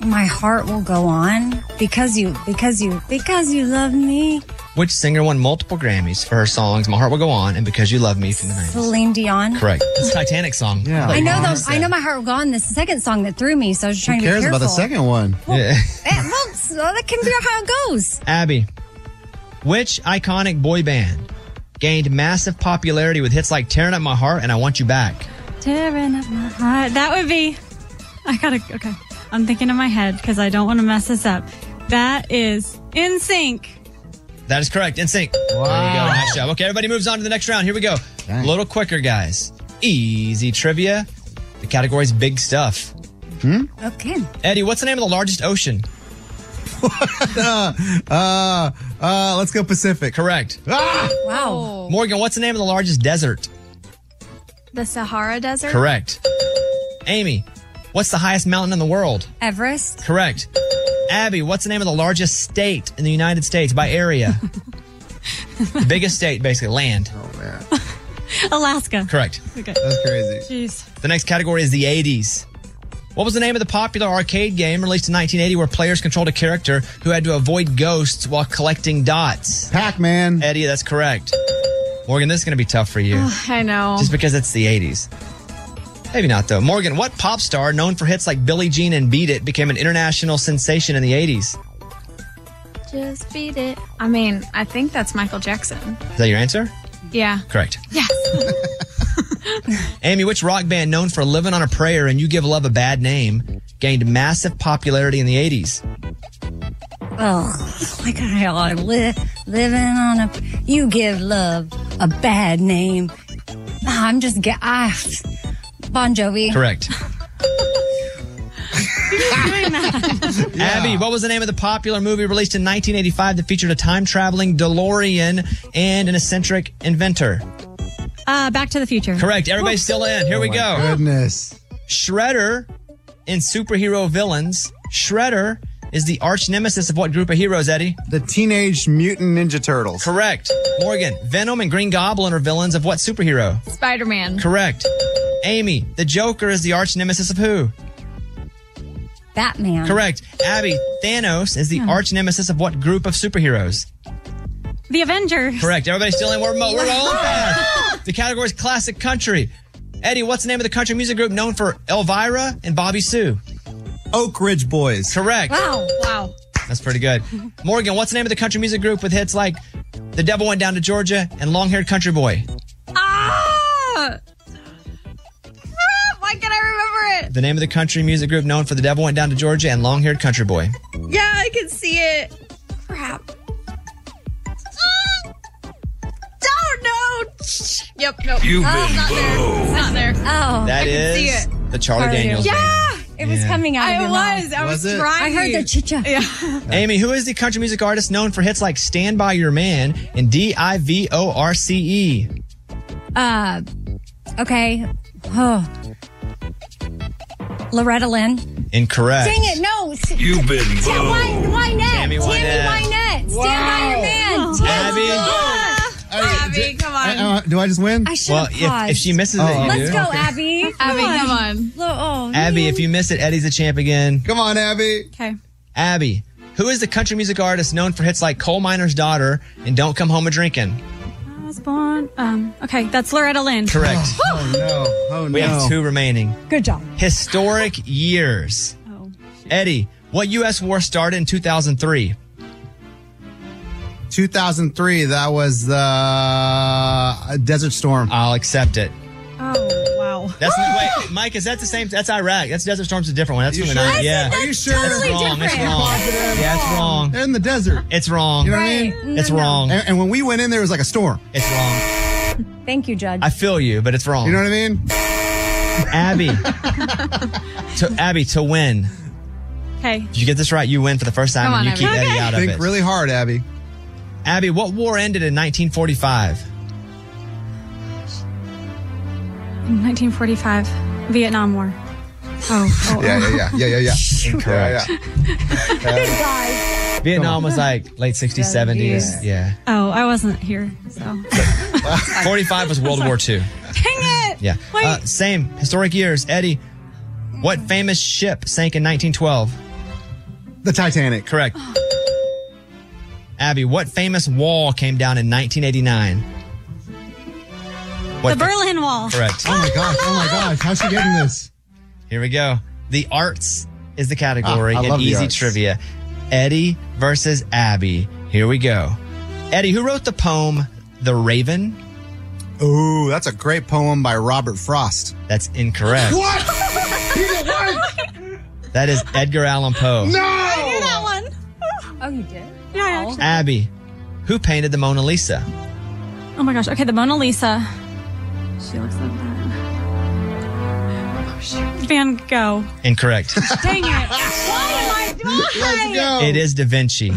Speaker 7: My heart will go on because you, because you, because you love me.
Speaker 4: Which singer won multiple Grammys for her songs My Heart Will Go On and Because You Love Me from the 90s?
Speaker 7: Celine Dion.
Speaker 4: Correct. It's a Titanic song. Yeah.
Speaker 7: I know those. I know my heart will go on. This is the second song that threw me, so I was trying
Speaker 4: Who
Speaker 7: to be
Speaker 4: cares
Speaker 7: careful.
Speaker 4: about the
Speaker 5: Second one.
Speaker 4: Yeah.
Speaker 7: Eh, well, so that can be how it goes.
Speaker 4: Abby, which iconic boy band gained massive popularity with hits like Tearing Up My Heart and I Want You Back?
Speaker 14: Tearing up my heart. That would be. I gotta. Okay. I'm thinking in my head because I don't want to mess this up. That is in sync.
Speaker 4: That is correct. In sync. There you go. Nice job. Okay, everybody moves on to the next round. Here we go. A little quicker, guys. Easy trivia. The category's big stuff. Hmm?
Speaker 7: Okay.
Speaker 4: Eddie, what's the name of the largest ocean?
Speaker 5: uh, uh, uh, let's go Pacific. Ah!
Speaker 4: Correct.
Speaker 14: Wow.
Speaker 4: Morgan, what's the name of the largest desert?
Speaker 14: The Sahara Desert.
Speaker 4: Correct. Amy, what's the highest mountain in the world?
Speaker 7: Everest.
Speaker 4: Correct. Abby, what's the name of the largest state in the United States by area? the biggest state, basically, land. Oh, man.
Speaker 14: Alaska.
Speaker 4: Correct.
Speaker 14: Okay.
Speaker 4: That's crazy.
Speaker 14: Jeez.
Speaker 4: The next category is the 80s. What was the name of the popular arcade game released in 1980 where players controlled a character who had to avoid ghosts while collecting dots?
Speaker 5: Pac Man.
Speaker 4: Eddie, that's correct. Morgan, this is going to be tough for you.
Speaker 14: Ugh, I know.
Speaker 4: Just because it's the 80s. Maybe not, though. Morgan, what pop star known for hits like Billie Jean and Beat It became an international sensation in the 80s?
Speaker 14: Just beat it. I mean, I think that's Michael Jackson.
Speaker 4: Is that your answer?
Speaker 14: Yeah.
Speaker 4: Correct.
Speaker 14: Yes.
Speaker 4: Amy, which rock band known for living on a prayer and you give love a bad name gained massive popularity in the 80s?
Speaker 7: Oh, like hell, I li- living on a. You give love a bad name. Ah, I'm just get. Ah, Bon Jovi.
Speaker 4: Correct.
Speaker 7: Yeah.
Speaker 4: Abby, what was the name of the popular movie released in 1985 that featured a time traveling DeLorean and an eccentric inventor?
Speaker 14: Uh, Back to the Future.
Speaker 4: Correct. Everybody's still in. Here we
Speaker 5: Oh my
Speaker 4: go.
Speaker 5: Goodness.
Speaker 4: Shredder in superhero villains. Shredder is the arch nemesis of what group of heroes, Eddie?
Speaker 5: The Teenage Mutant Ninja Turtles.
Speaker 4: Correct. Morgan, Venom and Green Goblin are villains of what superhero?
Speaker 14: Spider Man.
Speaker 4: Correct. Amy, the Joker is the arch nemesis of who?
Speaker 7: Batman.
Speaker 4: Correct. Abby, Thanos is the arch nemesis of what group of superheroes?
Speaker 14: The Avengers.
Speaker 4: Correct. Everybody's still in. We're, mo- we're rolling fast. The category is classic country. Eddie, what's the name of the country music group known for Elvira and Bobby Sue?
Speaker 5: Oak Ridge Boys.
Speaker 4: Correct.
Speaker 14: Wow. Wow.
Speaker 4: That's pretty good. Morgan, what's the name of the country music group with hits like The Devil Went Down to Georgia and Long Haired Country Boy?
Speaker 14: Ah! Ah, Why can't I remember
Speaker 4: The name of the country music group known for The Devil Went Down to Georgia and Long Haired Country Boy.
Speaker 14: it? Yeah, I can see it. Crap. Ah! Don't know. Oh, Yep, nope.
Speaker 4: You've
Speaker 14: Oh,
Speaker 4: been
Speaker 14: not there. It's not there.
Speaker 7: Oh,
Speaker 4: That
Speaker 14: I can see
Speaker 4: is
Speaker 14: it.
Speaker 4: the Charlie, Daniels. band.
Speaker 14: Yeah,
Speaker 7: it was
Speaker 4: Yeah.
Speaker 7: coming out.
Speaker 14: I
Speaker 7: of your mouth.
Speaker 14: was. I
Speaker 4: Was
Speaker 14: was,
Speaker 4: it?
Speaker 14: trying.
Speaker 7: I heard the chicha.
Speaker 14: Yeah.
Speaker 4: Amy, who is the country music artist known for hits like Stand By Your Man and D I V O R C E?
Speaker 7: Uh, okay. Oh. Loretta Lynn. Dang
Speaker 4: Incorrect.
Speaker 7: it! No. S-
Speaker 4: You've been
Speaker 7: Ta-
Speaker 5: Uh,
Speaker 7: Wyn- Wynette.
Speaker 4: Tammy
Speaker 7: Tammy
Speaker 4: Wynette.
Speaker 7: Wynette. Stand by your man.
Speaker 4: Abby.
Speaker 14: Abby, come on.
Speaker 5: Uh, uh, do I just win?
Speaker 7: I should
Speaker 4: Well,
Speaker 7: have
Speaker 4: if, if she misses it,
Speaker 5: Oh.
Speaker 4: you
Speaker 7: Let's
Speaker 4: do.
Speaker 7: go, Abby.
Speaker 14: Abby, come on.
Speaker 7: Lo- oh,
Speaker 4: Abby, if you miss it, Eddie's the champ again.
Speaker 5: Come on, Abby.
Speaker 14: Okay.
Speaker 4: Abby, who is the country music artist known for hits like Coal Miner's Daughter and Don't Come Home a Drinkin'?
Speaker 14: I was born. Um, okay, that's Loretta Lynn.
Speaker 4: Correct.
Speaker 5: Oh, no. Oh, no.
Speaker 4: We have two remaining.
Speaker 7: Good job.
Speaker 4: Historic years. Eddie, what U.S. war started in 2003?
Speaker 5: 2003, that was the uh, Desert Storm.
Speaker 4: I'll accept it.
Speaker 14: Oh wow.
Speaker 4: That's not, wait, Mike. Is that the same? That's Iraq. That's Desert Storm's a different one. That's
Speaker 5: You
Speaker 4: really
Speaker 5: sure?
Speaker 4: not. Yeah,
Speaker 5: Are you sure?
Speaker 4: It's wrong. It's wrong. Yeah, it's wrong.
Speaker 5: They're in the desert.
Speaker 4: It's wrong.
Speaker 5: You know what I mean?
Speaker 4: It's wrong.
Speaker 5: And, and when we went in, there was like a storm.
Speaker 4: It's wrong.
Speaker 7: Thank you, Judge.
Speaker 4: I feel you, but it's wrong.
Speaker 5: You know what I mean?
Speaker 4: Abby. to Abby to win.
Speaker 14: Okay.
Speaker 4: If you get this right, you win for the first time,
Speaker 14: Come
Speaker 4: and you
Speaker 14: on,
Speaker 4: keep
Speaker 14: Abby.
Speaker 4: Eddie
Speaker 14: Okay.
Speaker 4: out of
Speaker 5: Think
Speaker 4: it.
Speaker 5: really hard, Abby.
Speaker 4: Abby, what war ended in 1945?
Speaker 14: 1945, Vietnam War. Oh. oh,
Speaker 5: Yeah, yeah, yeah, yeah, yeah, yeah.
Speaker 4: Incorrect.
Speaker 5: Yeah,
Speaker 14: oh.
Speaker 4: Vietnam was like late 60s, 70s. Yeah.
Speaker 14: Oh, I wasn't here. So. Dang
Speaker 4: 45 was World War II.
Speaker 14: it.
Speaker 4: Yeah.
Speaker 14: Wait.
Speaker 4: Uh, same historic years. Eddie, what famous ship sank in 1912?
Speaker 5: The Titanic.
Speaker 4: Correct. Abby, what famous wall came down in 1989?
Speaker 14: the Berlin Wall.
Speaker 4: Correct.
Speaker 5: Oh my gosh! Oh my gosh! How's she getting this?
Speaker 4: Here we go. The arts is the category
Speaker 5: Ah, I
Speaker 4: in
Speaker 5: love the
Speaker 4: easy
Speaker 5: arts.
Speaker 4: trivia. Eddie versus Abby. Here we go. Eddie, who wrote the poem The Raven?
Speaker 5: Ooh, that's a great poem by Robert Frost.
Speaker 4: That's incorrect.
Speaker 5: What?
Speaker 4: That is Edgar Allan
Speaker 5: Oh.
Speaker 4: Poe.
Speaker 14: I knew that one.
Speaker 7: Oh, you did? Oh.
Speaker 14: Yeah, I actually.
Speaker 4: Abby, who painted the Mona Lisa?
Speaker 14: Oh my gosh. Okay, the Mona Lisa. She looks like that. Oh, shoot. Van Gogh.
Speaker 4: Incorrect.
Speaker 14: Dang it. Why am I? Why?
Speaker 4: It is Da Vinci.
Speaker 14: I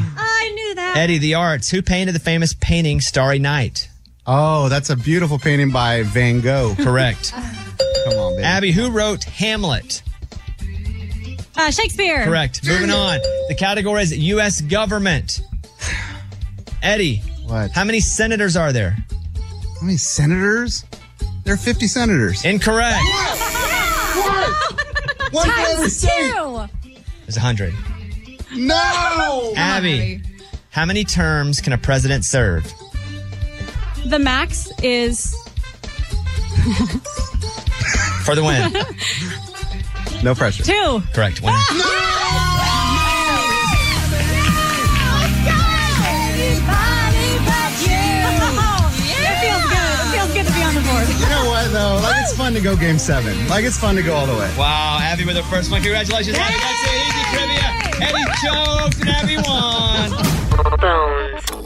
Speaker 14: knew that.
Speaker 4: Eddie the Arts, who painted the famous painting Starry Night?
Speaker 5: Oh, that's a beautiful painting by Van Gogh.
Speaker 4: Correct.
Speaker 5: Come on, baby.
Speaker 4: Abby, who wrote Hamlet?
Speaker 14: Uh, Shakespeare.
Speaker 4: Correct. Moving on. The category is U.S. government. Eddie. What? How many senators are there?
Speaker 5: How many senators? There are 50 senators.
Speaker 4: Incorrect.
Speaker 5: One for every
Speaker 14: Times
Speaker 5: state.
Speaker 14: two.
Speaker 4: There's 100.
Speaker 5: No!
Speaker 4: Abby, how many terms can a president serve?
Speaker 14: The max is
Speaker 4: For the win.
Speaker 5: no pressure.
Speaker 14: two.
Speaker 4: Correct. One.
Speaker 14: It feels good. It feels good to be on the board.
Speaker 5: You know what though? Like it's fun to go game seven. Like it's fun to go all the way.
Speaker 4: Wow, Abby with her first one. Congratulations, Abby. That's it. Easy trivia. Eddie choked and Abby won.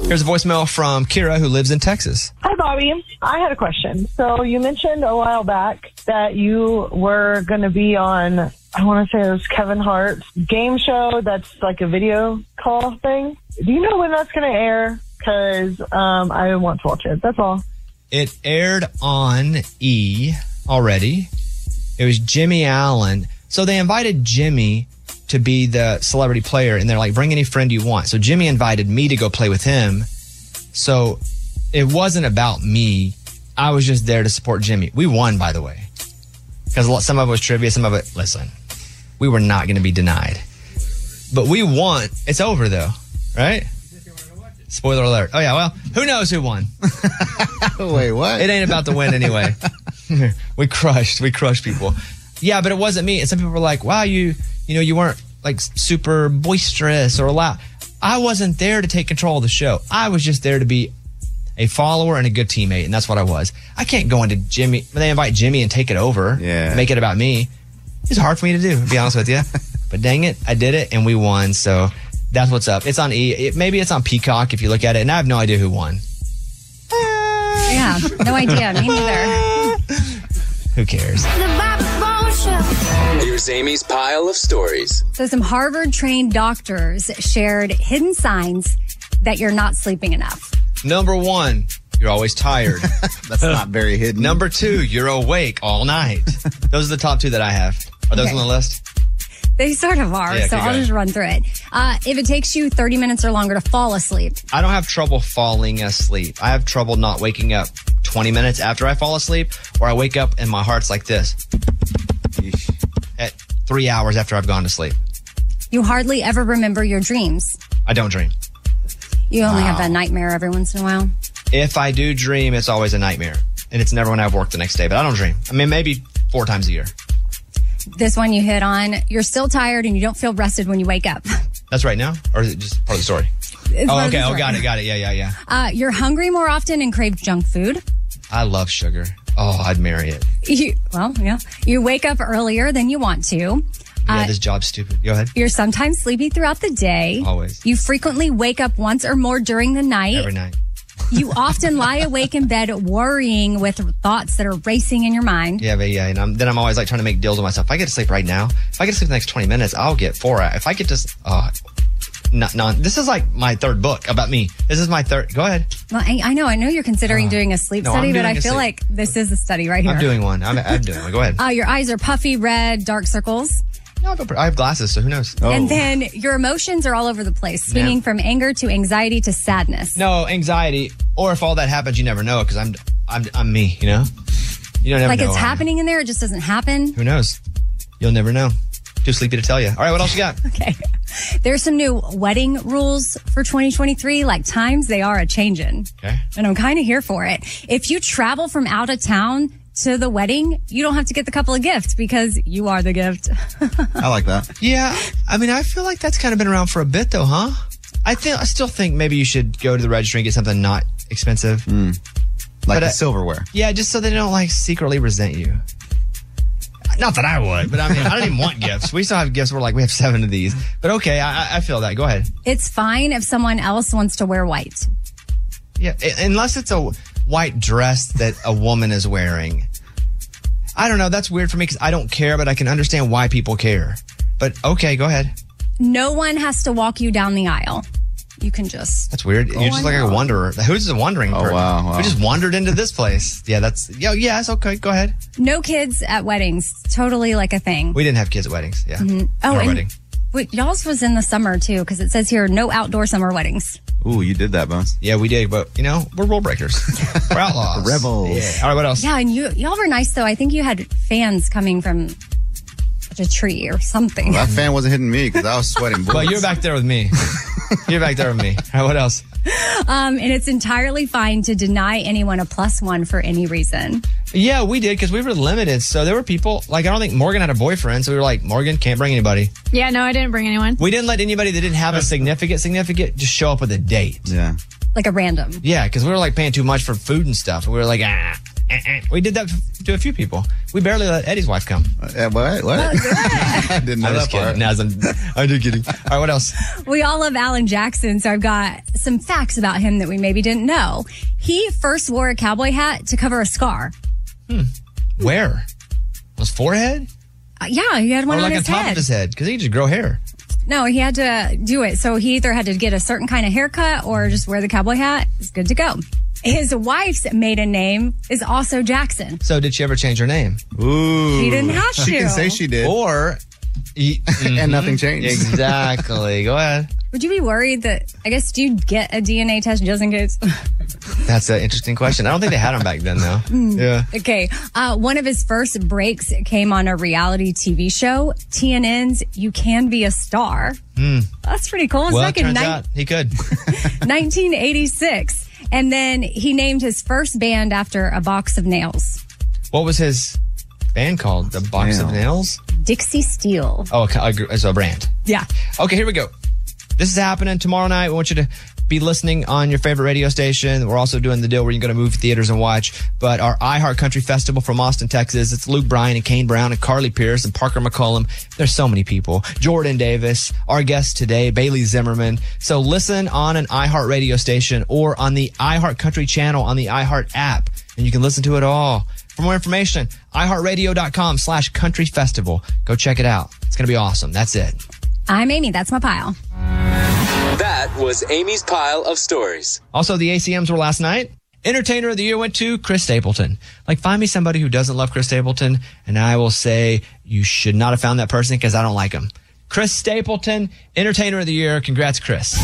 Speaker 4: Here's a voicemail from Kira who lives in Texas.
Speaker 15: Hi, Bobby. I had a question. So you mentioned a while back that you were going to be on, I want to say it was Kevin Hart's game show that's like a video call thing. Do you know when that's going to air? Because um, I want to watch it. That's all.
Speaker 4: It aired on E already. It was Jimmy Allen. So they invited Jimmy to be the celebrity player, and they're like, bring any friend you want. So Jimmy invited me to go play with him. So it wasn't about me. I was just there to support Jimmy. We won, by the way, because some of it was trivia, some of it, listen, we were not going to be denied. But we won. It's over, though, right? Spoiler alert. Oh, yeah, well, who knows who won?
Speaker 5: Wait, what?
Speaker 4: It ain't about the win anyway. we crushed. We crushed people. Yeah, but it wasn't me. And some people were like, "Wow, you, you know, you weren't like super boisterous or loud." I wasn't there to take control of the show. I was just there to be a follower and a good teammate, and that's what I was. I can't go into Jimmy. when They invite Jimmy and take it over. Yeah, make it about me. It's hard for me to do. To be honest with you, but dang it, I did it, and we won. So that's what's up. It's on E. It, maybe it's on Peacock if you look at it, and I have no idea who won.
Speaker 7: Yeah, no idea. Me neither.
Speaker 4: Who cares?
Speaker 10: Here's Amy's pile of stories.
Speaker 7: So, some Harvard trained doctors shared hidden signs that you're not sleeping enough.
Speaker 4: Number one, you're always tired.
Speaker 5: That's not very hidden.
Speaker 4: Number two, you're awake all night. Those are the top two that I have. Are those
Speaker 7: Okay.
Speaker 4: on the list?
Speaker 7: They sort of are,
Speaker 4: Yeah, okay,
Speaker 7: so
Speaker 4: go
Speaker 7: I'll
Speaker 4: ahead.
Speaker 7: just run through it. Uh, if it takes you 30 minutes or longer to fall asleep,
Speaker 4: I don't have trouble falling asleep. I have trouble not waking up 20 minutes after I fall asleep, or I wake up and my heart's like this at three hours after I've gone to sleep.
Speaker 7: you hardly ever remember your dreams.
Speaker 4: I don't dream.
Speaker 7: You only have
Speaker 4: Wow.
Speaker 7: that nightmare every once in a while.
Speaker 4: If I do dream, it's always a nightmare. And it's never when I have work the next day, but I don't dream. I mean, maybe four times a year.
Speaker 7: This one you hit on, you're still tired and you don't feel rested when you wake up.
Speaker 4: That's right now? Or is it just part of the story?
Speaker 7: It's part
Speaker 4: oh,
Speaker 7: of
Speaker 4: okay.
Speaker 7: the
Speaker 4: Oh,
Speaker 7: story.
Speaker 4: got it. Got it. Yeah, yeah, yeah.
Speaker 7: Uh, you're hungry more often and crave junk food.
Speaker 4: I love sugar. Oh, I'd marry it.
Speaker 7: You, well, yeah. You wake up earlier than you want to.
Speaker 4: Yeah,
Speaker 7: Uh,
Speaker 4: this job's stupid. Go ahead.
Speaker 7: you're sometimes sleepy throughout the day.
Speaker 4: Always.
Speaker 7: You frequently wake up once or more during the night.
Speaker 4: Every night.
Speaker 7: You often lie awake in bed worrying with thoughts that are racing in your mind.
Speaker 4: Yeah, but yeah, and I'm, then I'm always like trying to make deals with myself. If I get to sleep right now, if I get to sleep the next 20 minutes, I'll get four. If I get to, s- uh, not, not, this is like my third book about me. This is my third. Go ahead.
Speaker 7: Well, I, I know, I know you're considering doing a sleep
Speaker 4: Uh, no,
Speaker 7: study,
Speaker 4: I'm
Speaker 7: but
Speaker 4: doing
Speaker 7: I
Speaker 4: a
Speaker 7: feel
Speaker 4: sleep-
Speaker 7: like this is a study right here.
Speaker 4: I'm doing one. I'm, I'm doing one. Go ahead.
Speaker 7: Uh, your eyes are puffy, red, dark circles.
Speaker 4: No, but I Oh. have glasses, so who knows?
Speaker 7: And then your emotions are all over the place, swinging
Speaker 4: Yeah.
Speaker 7: from anger to anxiety to sadness.
Speaker 4: no anxiety, or if all that happens, you never know because I'm, I'm, I'm me. You know, you don't ever
Speaker 7: like
Speaker 4: know.
Speaker 7: it's
Speaker 4: who I am.
Speaker 7: happening in there, it just doesn't happen.
Speaker 4: Who knows? You'll never know. Too sleepy to tell you. All right, what else you got?
Speaker 7: There's some new wedding rules for 2023, like times they are a changing.
Speaker 4: Okay.
Speaker 7: And I'm kind of here for it. If you travel from out of town to the wedding, you don't have to get the couple a gift because you are the gift.
Speaker 5: I like that.
Speaker 4: Yeah, I mean, I feel like that's kind of been around for a bit, though, huh? I think I still think maybe you should go to the registry and get something not expensive.
Speaker 5: Like
Speaker 4: But,
Speaker 5: the
Speaker 4: uh,
Speaker 5: silverware.
Speaker 4: Yeah, just so they don't like secretly resent you. Not that I would, but I mean, I don't even want gifts. We still have gifts. We're like, we have seven of these. But okay, I, I- I feel that. Go ahead.
Speaker 7: It's fine if someone else wants to wear white.
Speaker 4: Yeah, i- unless it's a white dress that a woman is wearing. I don't know. That's weird for me because I don't care, but I can understand why people care. But okay, go ahead.
Speaker 7: No one has to walk you down the aisle. You can just.
Speaker 4: That's weird. You're just like a wanderer. Who's a wandering oh, person? Wow, We just wandered into this place. Yeah, that's. Yeah, yes. Okay, go ahead.
Speaker 7: No kids at weddings. Totally like a thing.
Speaker 4: We didn't have kids at weddings. Yeah.
Speaker 7: Mhm. Oh,
Speaker 4: Our
Speaker 7: and-
Speaker 4: wedding.
Speaker 7: Wait, y'all's was in the summer too, because it says here no outdoor summer weddings.
Speaker 4: Ooh, you did that, Bones. Yeah, we did, but you know, we're rule breakers. we're outlaws. Rebels. Yeah. All right, what else?
Speaker 7: Yeah, and you y'all were nice though. I think you had fans coming from such a tree or something.
Speaker 5: That fan wasn't hitting me because I was sweating.
Speaker 4: Well, you're back there with me. You're back there with me. All right, what else?
Speaker 7: Um, and it's entirely fine to deny anyone a plus one for any reason.
Speaker 4: Yeah, we did because we were limited. So there were people, like, I don't think Morgan had a boyfriend. So we were like, Morgan, can't bring anybody.
Speaker 14: Yeah, no, I didn't bring anyone.
Speaker 4: We didn't let anybody that didn't have a significant, significant just show up with a date. Yeah.
Speaker 7: Like a random.
Speaker 4: Yeah, because we were like paying too much for food and stuff. We were like, ah. eh, eh." We did that f- to a few people. We barely let Eddie's wife come. Uh, what? What? I didn't know that part. No, I'm, I'm just kidding. All right, what else?
Speaker 7: We all love Alan Jackson, so I've got some facts about him that we maybe didn't know. He first wore a cowboy hat to cover a scar.
Speaker 4: Where? His forehead?
Speaker 7: Uh, yeah, he had one
Speaker 4: or
Speaker 7: on
Speaker 4: like on
Speaker 7: his
Speaker 4: top
Speaker 7: head.
Speaker 4: of his head? Because he could just grow hair.
Speaker 7: No, he had to do it. So he either had to get a certain kind of haircut or just wear the cowboy hat. It's good to go. His wife's maiden name is also Jackson.
Speaker 4: So did she ever change her name? Ooh.
Speaker 7: She didn't have She can to. say she
Speaker 4: did. Or. and
Speaker 5: nothing changed.
Speaker 4: Exactly. Go ahead.
Speaker 7: Would you be worried that I guess do you get a DNA test just in case?
Speaker 4: That's an interesting question. I don't think they had him back then, though.
Speaker 7: Mm.
Speaker 4: Yeah.
Speaker 7: Okay. Uh, one of his first breaks came on a reality TV show, TNN's You Can Be a Star.
Speaker 4: Hmm.
Speaker 7: That's pretty cool. It's
Speaker 4: Well,
Speaker 7: like
Speaker 4: it
Speaker 7: in
Speaker 4: turns
Speaker 7: nine-
Speaker 4: out he could.
Speaker 7: 1986. And then he named his first band after a box of nails,
Speaker 4: What was his band called? The Box of Nails?
Speaker 7: Dixie Steel.
Speaker 4: Oh, okay, I agree- it's a brand.
Speaker 7: Yeah.
Speaker 4: Okay, here we go. This is happening tomorrow night. We want you to be listening on your favorite radio station. We're also doing the deal where you can go to movie theaters and watch. But our iHeart Country Festival from Austin, Texas, it's Luke Bryan and Kane Brown and Carly Pierce and Parker McCollum. There's so many people. Jordan Davis, our guest today, Bailey Zimmerman. So listen on an iHeart radio station or on the iHeart Country channel on the iHeart app, and you can listen to it all. For more information, iHeartRadio.com slash country festival. Go check it out. It's going to be awesome. That's it.
Speaker 7: I'm Amy. That's my pile.
Speaker 10: That was Amy's pile of stories.
Speaker 4: Also, the ACMs were last night. Entertainer of the year went to Chris Stapleton. Like, find me somebody who doesn't love Chris Stapleton, and I will say you should not have found that person because I don't like him. Chris Stapleton, Entertainer of the Year. Congrats, Chris.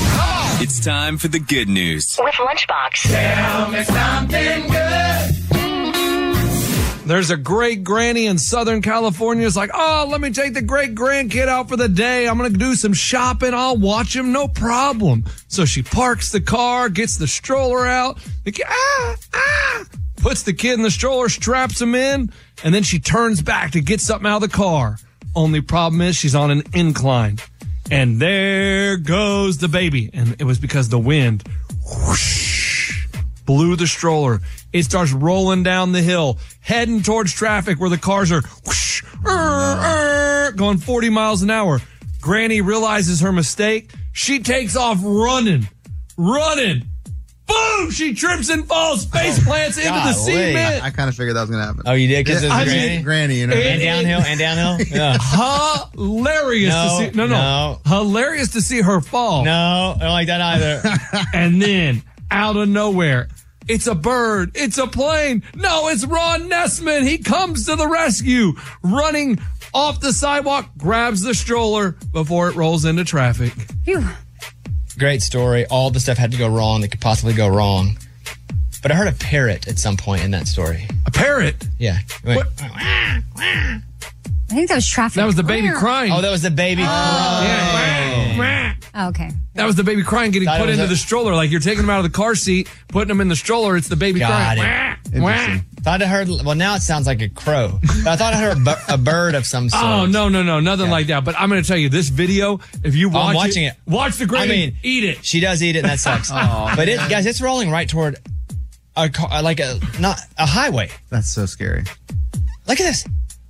Speaker 10: It's time for the good news.
Speaker 3: With Lunchbox.
Speaker 2: Tell me something good.
Speaker 6: There's a great granny in Southern California. It's like, oh, let me take the great grandkid out for the day. I'm going to do some shopping. I'll watch him. No problem. So she parks the car, gets the stroller out. The kid, ah, ah, puts the kid in the stroller, straps him in, and then she turns back to get something out of the car. Only problem is she's on an incline. And there goes the baby. And it was because the wind blew the stroller. It starts rolling down the hill, heading towards traffic where the cars are whoosh, er, er, going 40 miles an hour. Granny realizes her mistake. She takes off running, running. Boom! She trips and falls, face plants into the cement.
Speaker 5: I, kind of figured that was gonna happen.
Speaker 4: Oh, you did 'Cause it's
Speaker 5: I mean,
Speaker 4: granny?
Speaker 5: granny, you know,
Speaker 4: And downhill, and downhill. Yeah.
Speaker 6: Hilarious
Speaker 4: No,
Speaker 6: to see. No, no, Hilarious to see her fall.
Speaker 4: No, I don't like that either.
Speaker 6: and then out of nowhere, it's a bird. It's a plane. No, it's Ron Nessman. He comes to the rescue, running off the sidewalk, grabs the stroller before it rolls into traffic.
Speaker 7: Phew.
Speaker 4: Great story. All the stuff had to go wrong that could possibly go wrong. But I heard a parrot at some point in that story.
Speaker 6: A parrot?
Speaker 4: Yeah. Wait.
Speaker 7: I think that was traffic.
Speaker 6: That was the
Speaker 7: Ah.
Speaker 6: baby crying. Ah.
Speaker 4: Oh, that was the baby
Speaker 6: crying.
Speaker 7: Oh, okay.
Speaker 6: That was the baby crying getting
Speaker 7: Thought it
Speaker 6: put
Speaker 7: was
Speaker 6: into
Speaker 7: a-
Speaker 6: the stroller. Like you're taking him out of the car seat, putting him in the stroller. It's the baby
Speaker 4: Got
Speaker 6: crying.
Speaker 4: it. Thought I heard. Well, now it sounds like a crow. But I thought I heard a, bu- a bird of some sort.
Speaker 6: Oh no no no nothing like that. But I'm going to tell you this video. If you watch
Speaker 4: Oh, I'm watching it.
Speaker 6: watch the granny
Speaker 4: I mean,
Speaker 6: eat it.
Speaker 4: She does eat it, and that sucks.
Speaker 6: Aw,
Speaker 4: but it,
Speaker 6: man.
Speaker 4: guys, it's rolling right toward uh, a car, like a not a highway.
Speaker 5: That's so scary.
Speaker 4: Look at this.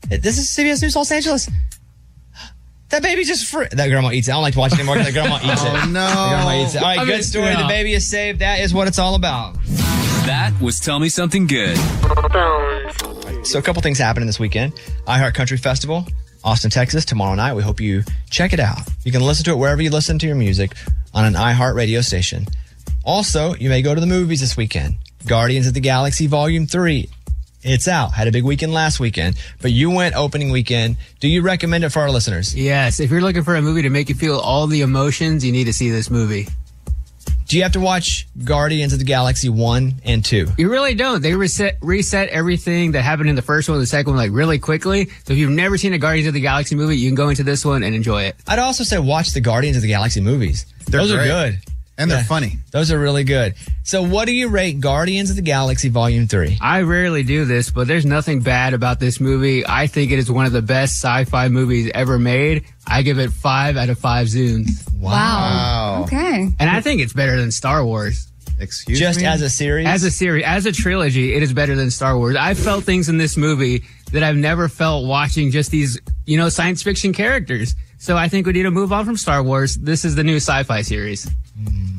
Speaker 4: This is CBS News Los Angeles. That baby just fr- that grandma eats it. I don't like to watch it anymore. 'cause That grandma eats it.
Speaker 5: Oh, no.
Speaker 4: That grandma eats it. All right,
Speaker 5: I
Speaker 4: good
Speaker 5: mean,
Speaker 4: story.
Speaker 5: yeah.
Speaker 4: The baby is saved. That is what it's all about.
Speaker 10: That was Tell Me Something Good.
Speaker 4: So a couple things happening this weekend. I Heart Country Festival, Austin, Texas, tomorrow night. We hope you check it out. You can listen to it wherever you listen to your music on an iHeart radio station. Also, you may go to the movies this weekend. Guardians of the Galaxy Volume 3. It's out. Had a big weekend last weekend, but you went opening weekend. Do you recommend it for our listeners?
Speaker 16: Yes, if you're looking for a movie to make you feel all the emotions, you need to see this movie.
Speaker 4: Do you have to watch Guardians of the Galaxy 1 and 2?
Speaker 16: You really don't. They reset reset everything that happened in the first one, and the second one, like really quickly. So if you've never seen a Guardians of the Galaxy movie, you can go into this one and enjoy it.
Speaker 4: I'd also say watch the Guardians of the Galaxy movies.
Speaker 16: They're
Speaker 4: Those
Speaker 16: great.
Speaker 4: are good.
Speaker 5: And
Speaker 16: they're
Speaker 5: funny.
Speaker 4: Those are really good. So what do you rate Guardians of the Galaxy Volume 3?
Speaker 16: I rarely do this, but there's nothing bad about this movie. I think it is one of the best sci-fi movies ever made. I give it five out of five zooms.
Speaker 7: Okay.
Speaker 16: And I think it's better than Star Wars.
Speaker 5: Excuse
Speaker 16: Just
Speaker 4: me? as a series?
Speaker 16: As a series, as a trilogy, it is better than Star Wars. I felt things in this movie that I've never felt watching just these, you know, science fiction characters. So I think we need to move on from Star Wars. This is the new sci-fi series.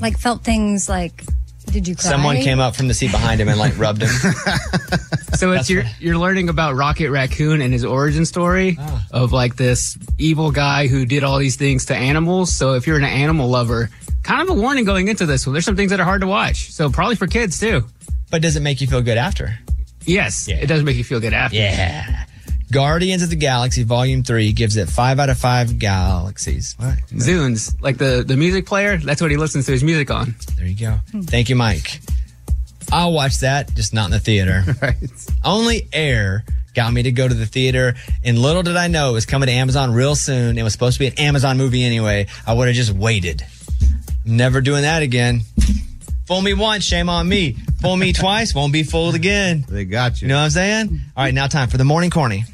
Speaker 7: Like felt things like, did you cry?
Speaker 4: Someone came up from the seat behind him and like rubbed him.
Speaker 16: So it's you're you're learning about Rocket Raccoon and his origin story
Speaker 4: Ah.
Speaker 16: of like this evil guy who did all these things to animals. So if you're an animal lover, kind of a warning going into this one. There's some things that are hard to watch. So probably for kids too.
Speaker 4: But does it make you feel good after?
Speaker 16: Yes, it does make you feel good after.
Speaker 4: Yeah. Guardians of the Galaxy Volume 3 gives it 5 out of 5 galaxies. What?
Speaker 16: Zunes, like the the music player, that's what he listens to his music on.
Speaker 4: There you go.
Speaker 16: Hmm.
Speaker 4: Thank you, Mike. I'll watch that, just not in the theater. right. Only Air got me to go to the theater, and little did I know it was coming to Amazon real soon. It was supposed to be an Amazon movie anyway. I would have just waited. I'm never doing that again. Fool me once, shame on me. Fool me twice, won't be fooled again. They got you. You know what I'm saying? All right, now time for the morning corny.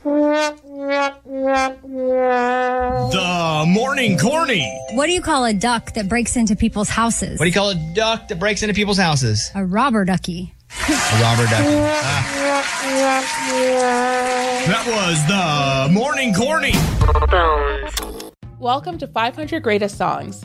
Speaker 7: The
Speaker 4: morning corny.
Speaker 7: What do you call a duck that breaks into people's houses?
Speaker 4: What do you call a duck that breaks into people's houses?
Speaker 7: a robber ducky.
Speaker 4: A robber duck.
Speaker 7: Ah.
Speaker 17: Ah.
Speaker 8: That was the Uh, morning corny.
Speaker 12: Welcome to 500 Greatest Songs,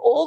Speaker 18: all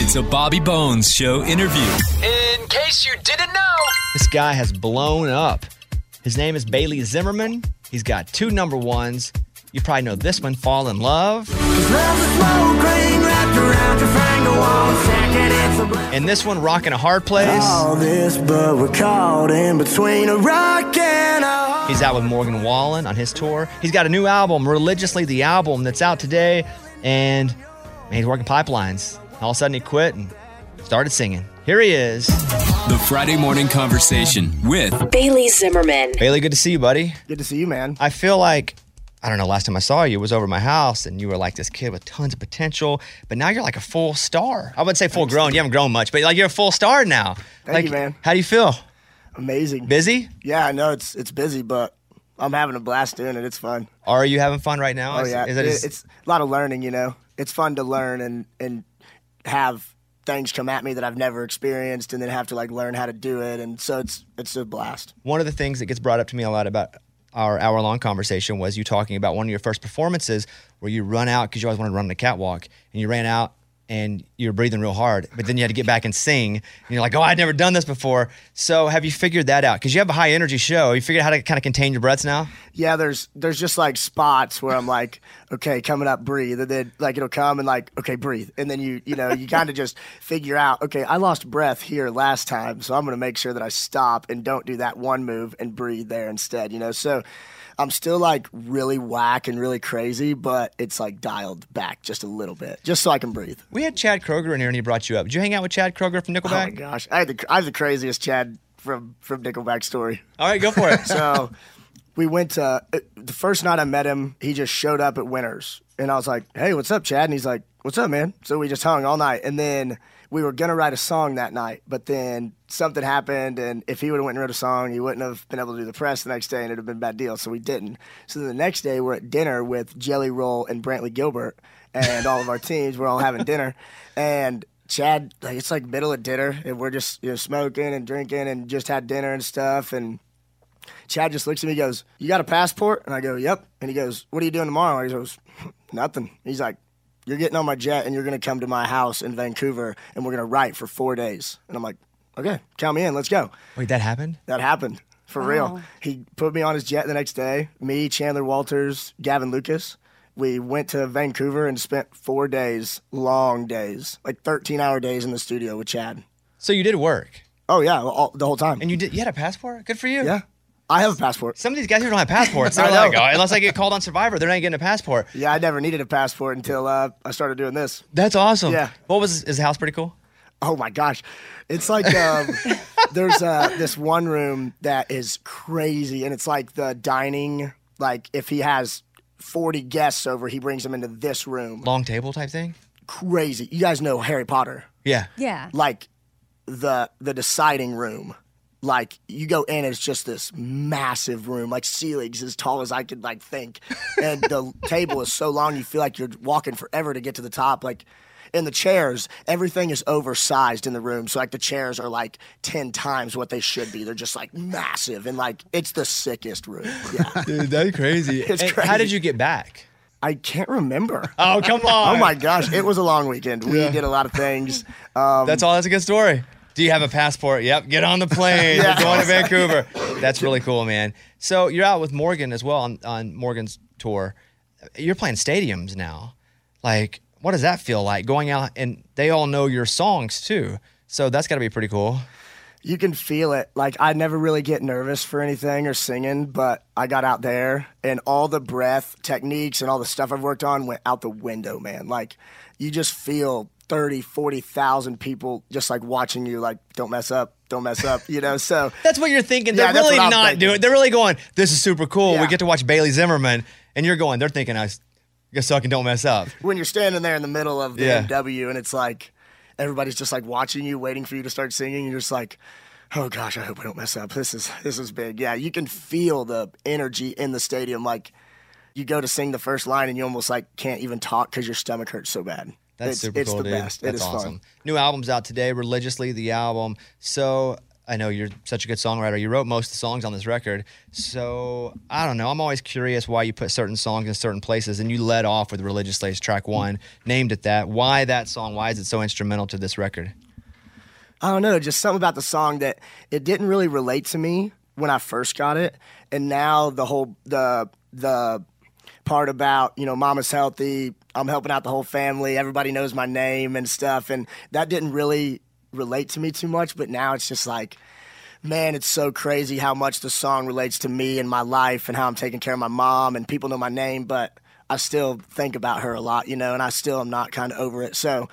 Speaker 19: It's a Bobby Bones Show interview.
Speaker 10: In case you didn't know,
Speaker 4: This guy has blown up. His name is Bailey Zimmerman. He's got two number ones. You probably know this one, Fall in Love. And this one, Rockin' a Hard Place.
Speaker 20: All this, but we're caught in between a rock and a
Speaker 4: He's out with Morgan Wallen on his tour. He's got a new album, Religiously, the album that's out today. And man, he's working pipelines. All of a sudden he quit and started singing. Here he is.
Speaker 19: The Friday morning conversation with
Speaker 3: Bailey Zimmerman.
Speaker 4: Bailey, good to see you, buddy.
Speaker 20: Good to see you, man.
Speaker 4: I feel like, I don't know, last time I saw you was over at my house and you were like this kid with tons of potential, but now you're like a full star. I wouldn't say full grown, you haven't grown much, but like you're a full star now.
Speaker 20: Thank
Speaker 4: like,
Speaker 20: you, man.
Speaker 4: How do you feel?
Speaker 20: amazing.
Speaker 4: Busy?
Speaker 20: Yeah, I know it's it's busy, but I'm having a blast doing it. It's fun.
Speaker 4: Are you having fun right now?
Speaker 20: Oh yeah,
Speaker 4: Is that
Speaker 20: It-
Speaker 4: is-
Speaker 20: it's a lot of learning. You know, it's fun to learn and and have things come at me that I've never experienced, and then have to like learn how to do it. And so it's it's a blast.
Speaker 4: one of the things that gets brought up to me a lot about our hour long conversation was you talking about one of your first performances where you run out because you always wanted to run the catwalk and you ran out and you were breathing real hard, but then you had to get back and sing. And you're like, oh, I'd never done this before. So have you figured that out? Because you have a high energy show. You figured out how to kind of contain your breaths now?
Speaker 20: Yeah, there's there's just like spots where I'm like, okay, coming up, breathe, and then like it'll come and like, okay, breathe, and then you you know you kind of just figure out, okay, I lost breath here last time, so I'm gonna make sure that I stop and don't do that one move and breathe there instead, you know. So I'm still like really whack and really crazy, but it's like dialed back just a little bit, just so I can breathe.
Speaker 4: We had Chad Kroger in here and he brought you up. Did you hang out with Chad Kroger from
Speaker 20: Oh my
Speaker 4: Nickelback?
Speaker 20: gosh, I had the I have the craziest Chad from from Nickelback story.
Speaker 4: All right, go for it.
Speaker 20: so we went to uh, the first night I met him. He just showed up at Winners, and I was like, "Hey, what's up, Chad?" And he's like, "What's up, man?" So we just hung all night, and then we were gonna write a song that night, but then something happened, and if he would have went and wrote a song, he wouldn't have been able to do the press the next day, and it'd have been a bad deal. So we didn't. So then the next day, we're at dinner with Jelly Roll and Brantley Gilbert, and all of our teams. We're all having dinner, and Chad, like it's like middle of dinner, and we're just you know smoking and drinking, and just had dinner and stuff, and. Chad just looks at me, and goes, "You got a passport?" And I go, "Yep." And he goes, "What are you doing tomorrow?" And he goes, "Nothing." He's like, "You're getting on my jet, and you're gonna come to my house in Vancouver, and we're gonna write for four days." And I'm like, "Okay, count me in. Let's go."
Speaker 4: Wait, that happened?
Speaker 20: That happened for
Speaker 4: Wow.
Speaker 20: real. He put me on his jet the next day. Me, Chandler Walters, Gavin Lucas. We went to Vancouver and spent four days, long days, like 13 hour days in the studio with Chad.
Speaker 4: So you did work?
Speaker 20: Oh, yeah, all, the whole time.
Speaker 4: And you did? You had a passport? Good for you.
Speaker 20: Yeah. I have a passport.
Speaker 4: Some of these guys here don't have passports. They're
Speaker 20: I know.
Speaker 4: like, oh, unless I get called on Survivor, they're not getting a passport.
Speaker 20: Yeah, I never needed a passport until uh, I started doing this.
Speaker 4: That's awesome.
Speaker 20: Yeah.
Speaker 4: What was is the house pretty cool?
Speaker 20: Oh my gosh, it's like um, there's uh, this one room that is crazy, and it's like the dining. Like if he has 40 guests over, he brings them into this room.
Speaker 4: Long table type thing?
Speaker 20: Crazy. You guys know Harry Potter.
Speaker 4: Yeah.
Speaker 20: Yeah. Like the the deciding room. Like you go in, it's just this massive room, like ceilings as tall as I could like think, and the table is so long you feel like you're walking forever to get to the top. Like in the chairs, everything is oversized in the room, so like the chairs are like ten times what they should be. They're just like massive, and like it's the sickest room. Yeah,
Speaker 4: Dude, that's crazy.
Speaker 20: It's
Speaker 4: And eh, How did
Speaker 20: crazy.
Speaker 4: you get back?
Speaker 20: I can't remember.
Speaker 4: Oh, come on.
Speaker 20: oh my gosh, it was a long weekend. We
Speaker 4: Yeah.
Speaker 20: did a lot of things. Um,
Speaker 4: That's all. That's a good story. Do you have a passport? Yep. Get on the plane.
Speaker 20: Yeah.
Speaker 4: We're going to Vancouver. That's really cool, man. So you're out with Morgan as well on, on Morgan's tour. You're playing stadiums now. Like, what does that feel like going out? And they all know your songs too. So that's got to be pretty cool.
Speaker 20: you can feel it. Like I never really get nervous for anything or singing, but I got out there and all the breath techniques and all the stuff I've worked on went out the window, man. Like you just feel 30, 40,000 people just like watching you like don't mess up, don't mess up, you know. So
Speaker 4: That's what you're thinking. They're
Speaker 20: Yeah, that's
Speaker 4: really
Speaker 20: what I'm
Speaker 4: not
Speaker 20: thinking.
Speaker 4: doing. They're really going. This is super cool.
Speaker 20: Yeah.
Speaker 4: We get to watch Bailey Zimmerman, and you're going. They're thinking I, s- I suck and don't mess up.
Speaker 20: when you're standing there in the middle of the
Speaker 4: Yeah.
Speaker 20: MW and it's like everybody's just like watching you, waiting for you to start singing, you're just like, oh gosh, I hope I don't mess up. This is this is big. Yeah, you can feel the energy in the stadium. Like you go to sing the first line and you almost like can't even talk because your stomach hurts so bad.
Speaker 4: That's
Speaker 20: it's,
Speaker 4: super
Speaker 20: it's
Speaker 4: cool,
Speaker 20: the
Speaker 4: dude.
Speaker 20: best.
Speaker 4: That's
Speaker 20: it is
Speaker 4: awesome.
Speaker 20: fun.
Speaker 4: New album's out today. Religiously, the album. So I know you're such a good songwriter. You wrote most of the songs on this record. So I don't know. I'm always curious why you put certain songs in certain places, and you led off with "Religiously" as track one, named it that. Why that song? Why is it so instrumental to this record?
Speaker 20: I don't know, just something about the song that it didn't really relate to me when I first got it, and now the whole the the part about you know mama's healthy, I'm helping out the whole family, everybody knows my name and stuff, and that didn't really relate to me too much, but now it's just like. Man, it's so crazy how much the song relates to me and my life and how I'm taking care of my mom and people know my name, but I still think about her a lot, you know, and I still am not kind of over it. So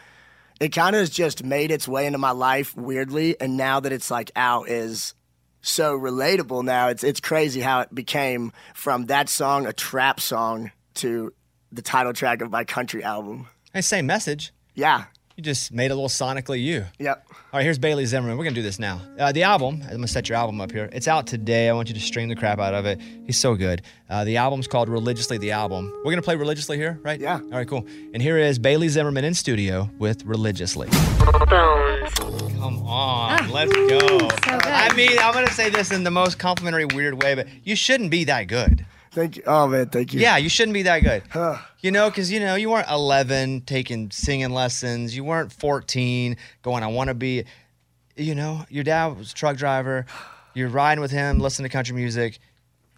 Speaker 20: it kind of has just made its way into my life weirdly and now that it's like out is so relatable now it's it's crazy how it became from that song a trap song to the title track of my country album
Speaker 4: Hey, same message.
Speaker 20: yeah
Speaker 4: You just made a little sonically you.
Speaker 20: Yep.
Speaker 4: All right, here's Bailey Zimmerman. We're gonna do this now. Uh, the album. I'm gonna set your album up here. It's out today. I want you to stream the crap out of it. He's so good. Uh, the album's called Religiously. The album. We're gonna play Religiously here, right? Yeah. All right, cool. And here is Bailey Zimmerman in studio with Religiously. Come on,
Speaker 16: Ah.
Speaker 4: let's go. I mean, I'm gonna say this in the most complimentary, weird way, but you shouldn't be that good.
Speaker 20: Thank you. Oh man, thank you.
Speaker 4: Yeah, you shouldn't be that good. You know, because you know you weren't 11 taking singing lessons. You weren't 14 going. I want to be. You know, your dad was a truck driver. You're riding with him, listening to country music.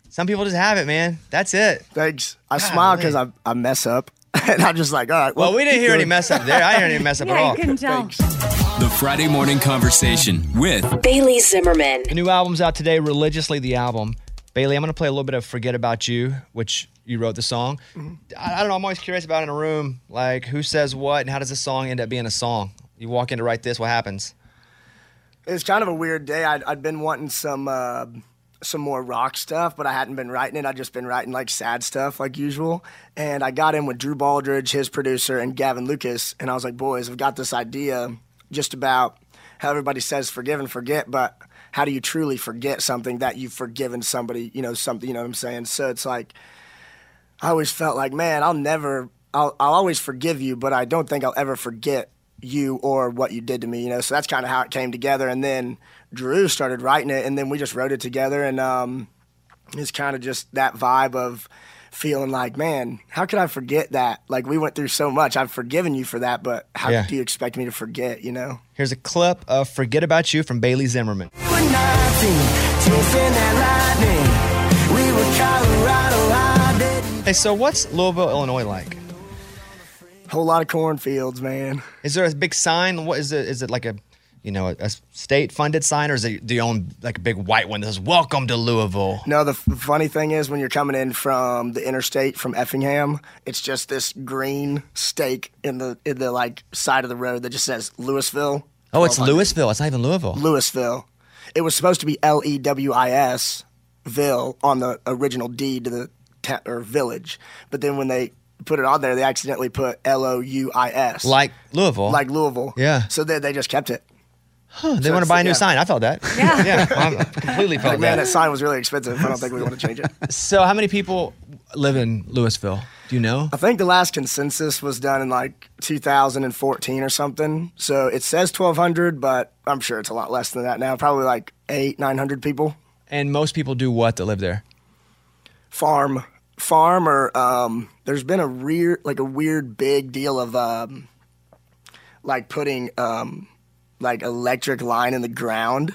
Speaker 4: Some people just have it, man. That's it.
Speaker 20: Thanks. I smile because I, I mess up and i'm just like all right
Speaker 4: Well, we didn't hear any mess up there. I didn't hear any mess up at all.
Speaker 19: The Friday Morning Conversation with
Speaker 4: Bailey Zimmerman. The new album's out today, Religiously the Album. Bailey, I'm going to play a little bit of Forget About You, which you wrote the song. I, I don't know. I'm always curious about in a room, like who says what and how does this song end up being a song? You walk in to write this, what happens?
Speaker 20: It's kind of a weird day. I'd, I'd been wanting some uh, some more rock stuff, but I hadn't been writing it. I'd just been writing like sad stuff, like usual. And I got in with Drew Baldridge, his producer, and Gavin Lucas, and I was like, "Boys, I've got this idea, just about how everybody says forgive and forget, but how do you truly forget something that you've forgiven somebody? You know, something. You know what I'm saying? So it's like I always felt like, man, I'll never, I'll, I'll always forgive you, but I don't think I'll ever forget you or what you did to me, you know? So that's kind of how it came together. And then Drew started writing it, and then we just wrote it together. And um, it's kind of just that vibe of feeling like, man, how could I forget that? Like, we went through so much. I've forgiven you for that, but how
Speaker 4: Yeah.
Speaker 20: do you expect me to forget, you know?
Speaker 4: Here's a clip of Forget About You from Bailey Zimmerman.
Speaker 2: Chasing that lightning. We were Colorado hiding.
Speaker 4: Hey, so what's Louisville, Illinois like?
Speaker 20: Whole lot of cornfields, man.
Speaker 4: Is there a big sign? What is it? Is it like a, you know, a, state funded sign or is it do you own like a big white one that says Welcome to Louisville?
Speaker 20: No, the f- funny thing is when you're coming in from the interstate from Effingham, it's just this green stake in the in the like side of the road that just says Louisville.
Speaker 4: Oh, it's Louisville. It's not even Louisville.
Speaker 20: Louisville. It was supposed to be L E W I S Ville on the original deed to the ta- or village, but then when they put it on there, they accidentally put L O U I S.
Speaker 4: Like Louisville.
Speaker 20: Like Louisville.
Speaker 4: Yeah.
Speaker 20: So then they just kept it.
Speaker 4: they
Speaker 20: So
Speaker 4: want to
Speaker 20: it's-
Speaker 4: buy a new
Speaker 20: yeah.
Speaker 4: sign. I felt that. Yeah. yeah. I completely felt
Speaker 20: Like, man,
Speaker 4: that.
Speaker 20: that sign was really expensive. I don't think we want to change it.
Speaker 4: So, how many people live in Louisville? Do you know?
Speaker 20: I think the last consensus was done in like 2014 or something. So it says 1,200, but I'm sure it's a lot less than that now. Probably like eight, 900 people.
Speaker 4: And most people do what that live there?
Speaker 20: Farm, farm, or um, there's been a rear like a weird big deal of um, like putting um, like electric line in the ground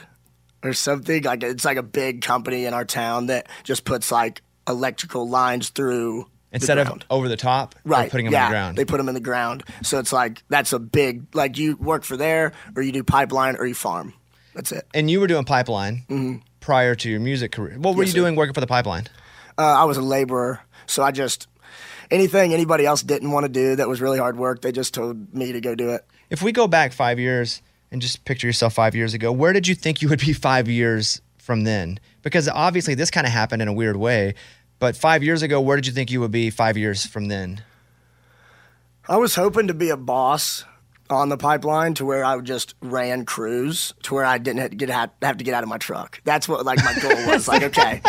Speaker 20: or something. Like it's like a big company in our town that just puts like electrical lines through the
Speaker 4: Instead
Speaker 20: ground.
Speaker 4: of over the top, they're
Speaker 20: Right.
Speaker 4: putting them
Speaker 20: yeah,
Speaker 4: on the ground.
Speaker 20: They put them in the ground. So it's like that's a big like you work for there or you do pipeline or you farm. That's it.
Speaker 4: And you were doing pipeline prior to your music career. What were
Speaker 20: Mm-hmm. Yes,
Speaker 4: you
Speaker 20: sir.
Speaker 4: doing working for the pipeline?
Speaker 20: Uh, I was a laborer, so I just anything anybody else didn't want to do that was really hard work, they just told me to go do it.
Speaker 4: If we go back five years and just picture yourself five years ago, where did you think you would be five years from then? Because obviously this kind of happened in a weird way. But five years ago, where did you think you would be five years from then?
Speaker 20: I was hoping to be a boss on the pipeline to where I would just ran crews to where I didn't have to get out, have to get out of my truck. That's what like my goal was. Like okay,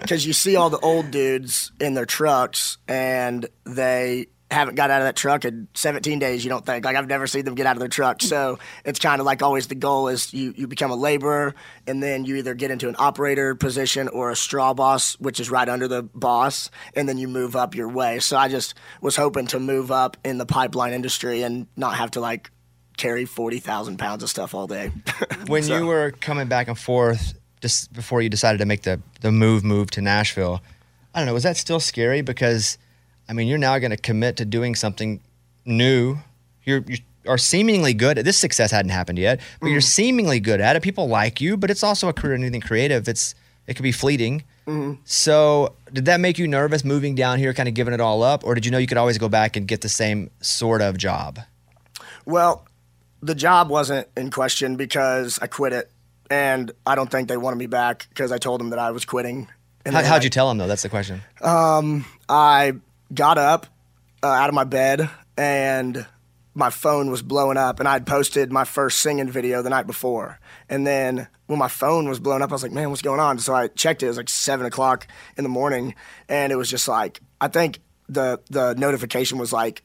Speaker 20: because you see all the old dudes in their trucks and they haven't got out of that truck in 17 days. You don't think like I've never seen them get out of their truck. So it's kind of like always the goal is you you become a laborer and then you either get into an operator position or a straw boss, which is right under the boss, and then you move up your way. So I just was hoping to move up in the pipeline industry and not have to like carry 40,000 pounds of stuff all day.
Speaker 4: When you were coming back and forth just before you decided to make the, the move move to Nashville, I don't know, was that still scary? Because I mean you're now gonna commit to doing something new. You're you are seemingly good at this success hadn't happened yet, but
Speaker 20: Mm.
Speaker 4: you're seemingly good at it. People like you, but it's also a career in anything creative. It's it could be fleeting.
Speaker 20: Mhm.
Speaker 4: So did that make you nervous moving down here, kind of giving it all up? Or did you know you could always go back and get the same sort of job?
Speaker 20: Well, the job wasn't in question because I quit it, and I don't think they wanted me back because I told them that I was quitting. And
Speaker 4: How,
Speaker 20: they
Speaker 4: how'd you tell them though? That's the question.
Speaker 20: Um, I got up uh, out of my bed and my phone was blowing up, and I'd posted my first singing video the night before. And then when my phone was blowing up, I was like, man, what's going on? So I checked it. It was like seven o'clock in the morning, and it was just like, I think the the notification was like.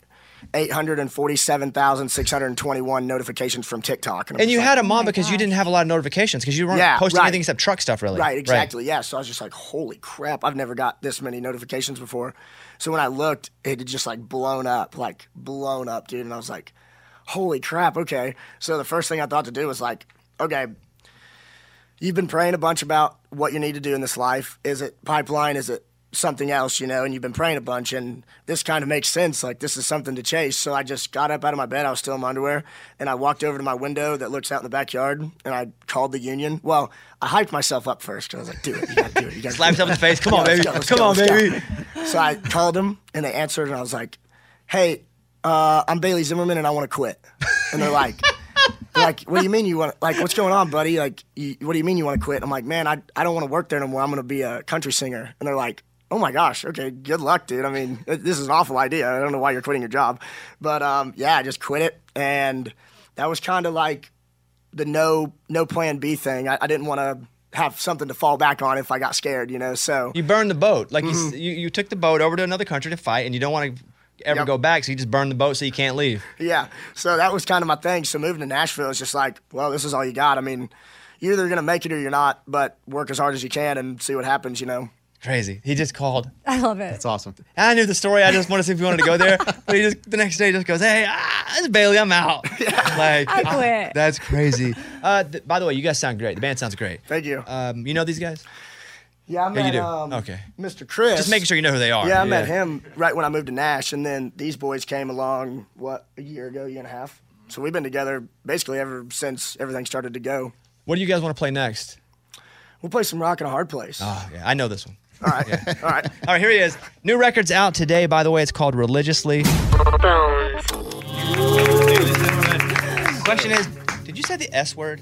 Speaker 20: 847,621 notifications from TikTok. I'm
Speaker 4: And
Speaker 20: just
Speaker 4: you
Speaker 20: like, "Oh
Speaker 4: had a mom because you didn't have a lot of notifications because you weren't
Speaker 20: Yeah,
Speaker 4: posting
Speaker 20: right.
Speaker 4: anything except truck stuff, really.
Speaker 20: Right, exactly. Yeah. So I was just like, holy crap, I've never got this many notifications before. So when I looked, it had just like blown up, like blown up, dude. And I was like, holy crap, okay. So the first thing I thought to do was like, okay, you've been praying a bunch about what you need to do in this life. Is it pipeline? Is it something else, you know? And you've been praying a bunch, and this kind of makes sense. Like, this is something to chase. So I just got up out of my bed. I was still in my underwear, and I walked over to my window that looks out in the backyard, and I called the union. Well, I hyped myself up first because I was like, do it. You gotta do it. You gotta
Speaker 4: Slap
Speaker 20: do it.
Speaker 4: yourself in the face. Come
Speaker 20: Yeah,
Speaker 4: on,
Speaker 20: let's
Speaker 4: baby.
Speaker 20: go, let's
Speaker 4: Come
Speaker 20: go,
Speaker 4: on,
Speaker 20: let's go."
Speaker 4: baby.
Speaker 20: So I called them, and they answered, and I was like, hey, uh, I'm Bailey Zimmerman, and I want to quit. And they're like, like, what do you mean you want? Like, what's going on, buddy? Like, you, what do you mean you want to quit? And I'm like, man, I, I don't want to work there no more. I'm gonna be a country singer. And they're like, oh my gosh, okay, good luck, dude. I mean, th- this is an awful idea. I don't know why you're quitting your job, but um, yeah, I just quit it, and that was kind of like the no no plan B thing. I, I didn't want to have something to fall back on if I got scared, you know. So
Speaker 4: You burned the boat. Like you s
Speaker 20: Mhm.
Speaker 4: you, you took the boat over to another country to fight, and you don't want to ever
Speaker 20: Yep.
Speaker 4: go back, so you just burn the boat so you can't leave.
Speaker 20: Yeah. So that was kind of my thing. So moving to Nashville is just like, well, this is all you got. I mean, you're either going to make it or you're not, but work as hard as you can and see what happens, you know?
Speaker 4: Crazy. He just called.
Speaker 17: I love it.
Speaker 4: That's awesome. I knew the story. I just wanted to see if you wanted to go there. But he just the next day just goes, "Hey, ah, it's Bailey. I'm out." Like
Speaker 17: I quit.
Speaker 4: That's crazy. Uh, th- by the way, you guys sound great. The band sounds great.
Speaker 20: Thank you.
Speaker 4: Um, you know these guys?
Speaker 20: Yeah, I
Speaker 4: yeah,
Speaker 20: met
Speaker 4: you do.
Speaker 20: Um,
Speaker 4: okay.
Speaker 20: Mr. Chris.
Speaker 4: Just making sure you know who they are.
Speaker 20: Yeah, I met him right when I moved to Nash, and then these boys came along, what, a year ago, year and a half? So we've been together basically ever since everything started to go.
Speaker 4: What do you guys want to play next?
Speaker 20: We'll play some rock in a hard place.
Speaker 4: Oh, yeah, I know this one.
Speaker 20: All right. All right. All
Speaker 4: right, here he is. New record's out today, by the way. It's called Religiously. Question is, did you say the S word?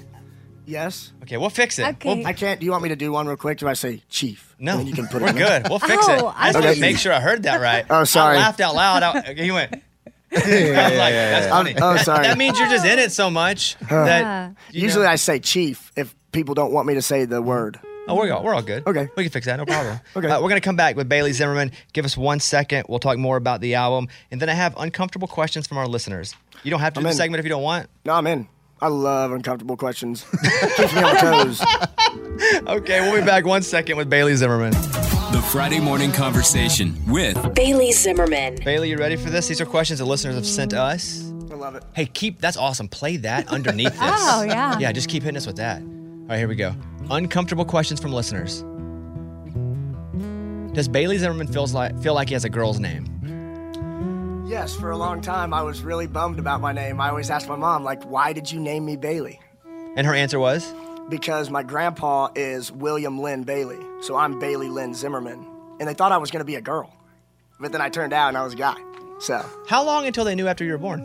Speaker 20: Yes.
Speaker 4: Okay, we'll fix it. We'll-
Speaker 20: I can't. Do you want me to do one real quick? Do I say chief?
Speaker 4: No,
Speaker 20: And then you can put
Speaker 4: we're
Speaker 20: it in.
Speaker 4: good. We'll fix it.
Speaker 20: Oh,
Speaker 4: I
Speaker 20: I
Speaker 4: just want
Speaker 20: thought
Speaker 4: to
Speaker 20: you-
Speaker 4: make sure I heard that right.
Speaker 20: Oh, sorry.
Speaker 4: I laughed out loud. I, okay, he went. I was like, that's
Speaker 20: yeah,
Speaker 4: funny.
Speaker 20: yeah. Oh, sorry.
Speaker 4: That means you're just in it so much
Speaker 20: Huh.
Speaker 4: that you
Speaker 20: Usually
Speaker 4: know-
Speaker 20: I say chief if people don't want me to say the word.
Speaker 4: Oh, we're all, we're all good. Okay. We can fix that, no problem. okay. "Uh, we're going to come back with Bailey Zimmerman. Give us one second. We'll talk more about the album. And then I have uncomfortable questions from our listeners. You don't have to
Speaker 20: I'm
Speaker 4: do the
Speaker 20: in.
Speaker 4: segment if you don't want.
Speaker 20: No, I'm in. I love uncomfortable questions. Keeps me on my toes.
Speaker 4: Okay, we'll be back one second with Bailey Zimmerman.
Speaker 19: The Friday Morning Conversation with
Speaker 5: Bailey Zimmerman.
Speaker 4: Bailey, you ready for this? These are questions the listeners have sent us.
Speaker 20: I love it.
Speaker 4: Hey, keep that's awesome. Play that underneath this.
Speaker 5: Oh, yeah.
Speaker 4: Yeah, just keep hitting us with that. All right, here we go. Uncomfortable questions from listeners. Does Bailey Zimmerman feels like feel like he has a girl's name?
Speaker 20: Yes, for a long time I was really bummed about my name. I always asked my mom, like, why did you name me Bailey?
Speaker 4: And her answer was?
Speaker 20: because my grandpa is William Lynn Bailey. So I'm Bailey Lynn Zimmerman. And they thought I was going to be a girl. But then I turned out and I was a guy. So.
Speaker 4: How long until they knew after you were born?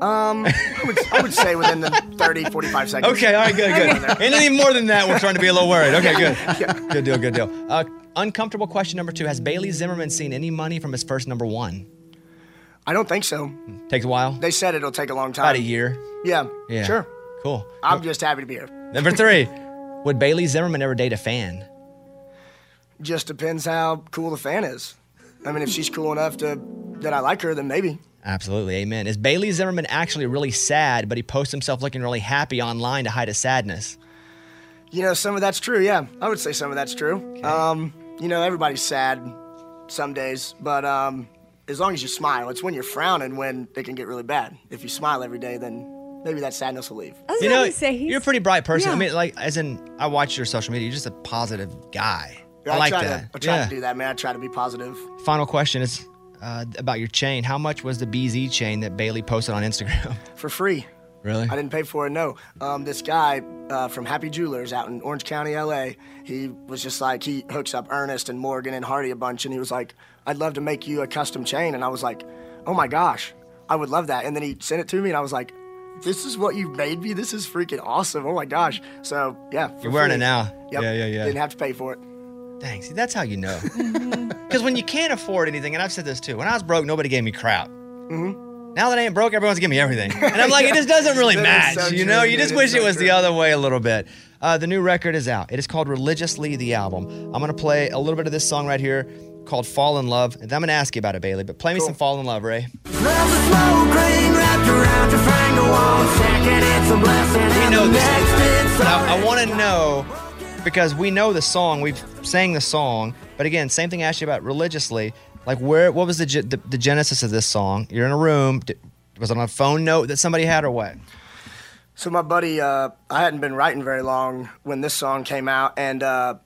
Speaker 20: um, I would, I would say within the 30, 45 seconds.
Speaker 4: Okay, all right, good, good. Anything more than that, we're starting to be a little worried. Okay, good.
Speaker 20: Yeah.
Speaker 4: Good deal, good deal. Uh, uncomfortable question number two Has Bailey Zimmerman seen any money from his first number one?
Speaker 20: I don't think so.
Speaker 4: Takes a while.
Speaker 20: They said it'll take a long time.
Speaker 4: About a year.
Speaker 20: Yeah.
Speaker 4: Yeah. Uh,
Speaker 20: Sure.
Speaker 4: Cool.
Speaker 20: I'm just happy to be here.
Speaker 4: Number three, would Bailey Zimmerman ever date a fan?
Speaker 20: Just depends how cool the fan is. I mean, if she's cool enough to that I like her, then maybe.
Speaker 4: Absolutely, amen. Is Bailey Zimmerman actually really sad, but he posts himself looking really happy online to hide his sadness?
Speaker 20: You know, some of that's true. Yeah, I would say some of that's true. Um, you know, everybody's sad some days, but um, as long as you smile, it's when you're frowning when it can get really bad. If you smile every day, then maybe that sadness will leave.
Speaker 4: you know, you're a pretty bright person. I mean, like, as in, I watch your social media. You're just a positive guy.
Speaker 20: Yeah,
Speaker 4: I like
Speaker 20: try
Speaker 4: that.
Speaker 20: To, I try
Speaker 4: Yeah.
Speaker 20: to do that, man. I try to be positive.
Speaker 4: Final question is uh, about your chain. How much was the BZ chain that Bailey posted on Instagram?
Speaker 20: For free.
Speaker 4: really?
Speaker 20: I didn't pay for it. No, um, this guy uh, from Happy Jewelers out in Orange County, LA. He was just like he hooks up Ernest and Morgan and Hardy a bunch, and he was like, "I'd love to make you a custom chain," and I was like, "Oh my gosh, I would love that." And then he sent it to me, and I was like, "This is what you made me. This is freaking awesome. Oh my gosh." So yeah, for
Speaker 4: You're wearing
Speaker 20: free.
Speaker 4: it now.
Speaker 20: Yep.
Speaker 4: Yeah, yeah, yeah.
Speaker 20: Didn't have to pay for it.
Speaker 4: Dang, see, that's how you know. Because when you can't afford anything, and I've said this too, when I was broke, nobody gave me crap. Now that I ain't broke, everyone's giving me everything. And I'm like, it just doesn't really
Speaker 5: Mm-hmm. That
Speaker 4: match.
Speaker 5: is so
Speaker 4: you know,
Speaker 5: true,
Speaker 4: you just
Speaker 5: dude.
Speaker 4: wish
Speaker 5: It's
Speaker 4: it
Speaker 5: so
Speaker 4: was the
Speaker 5: true.
Speaker 4: other way a little bit. Uh, the new record is out. It is called Religiously the Album. I'm going to play a little bit of this song right here called Fall in Love. And I'm going to ask you about it, Bailey, but play me some Fall in Love, Ray.
Speaker 2: Love's a slow green wrapped around your finger wall. Second, it's a blessing.
Speaker 4: We
Speaker 2: and
Speaker 4: know
Speaker 2: the
Speaker 4: this.
Speaker 2: next, it's
Speaker 4: But
Speaker 2: sorry.
Speaker 4: I, I want to know because we know the song. We've sang the song, but again, same thing I asked you about religiously. Like, where? What was the ge- the, the genesis of this song? You're in a room. D was it on a phone note that somebody had, or what?
Speaker 20: So my buddy, uh, I hadn't been writing very long when this song came out, and uh,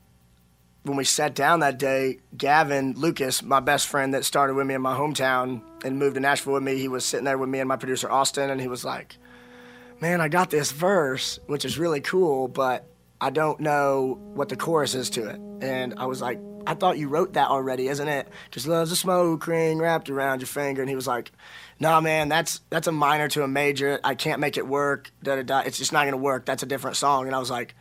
Speaker 20: when we sat down that day, Gavin Lucas, my best friend that started with me in my hometown and moved to Nashville with me, he was sitting there with me and my producer Austin, and he was like, "Man, I got this verse, which is really cool, but I don't know what the chorus is to it." And I was like, "I thought you wrote that already, isn't it? Just loves a smoke ring wrapped around your finger." And he was like, nah, man, that's that's a minor to a major. I can't make it work. Da da da. It's just not gonna work. That's a different song. And I was like,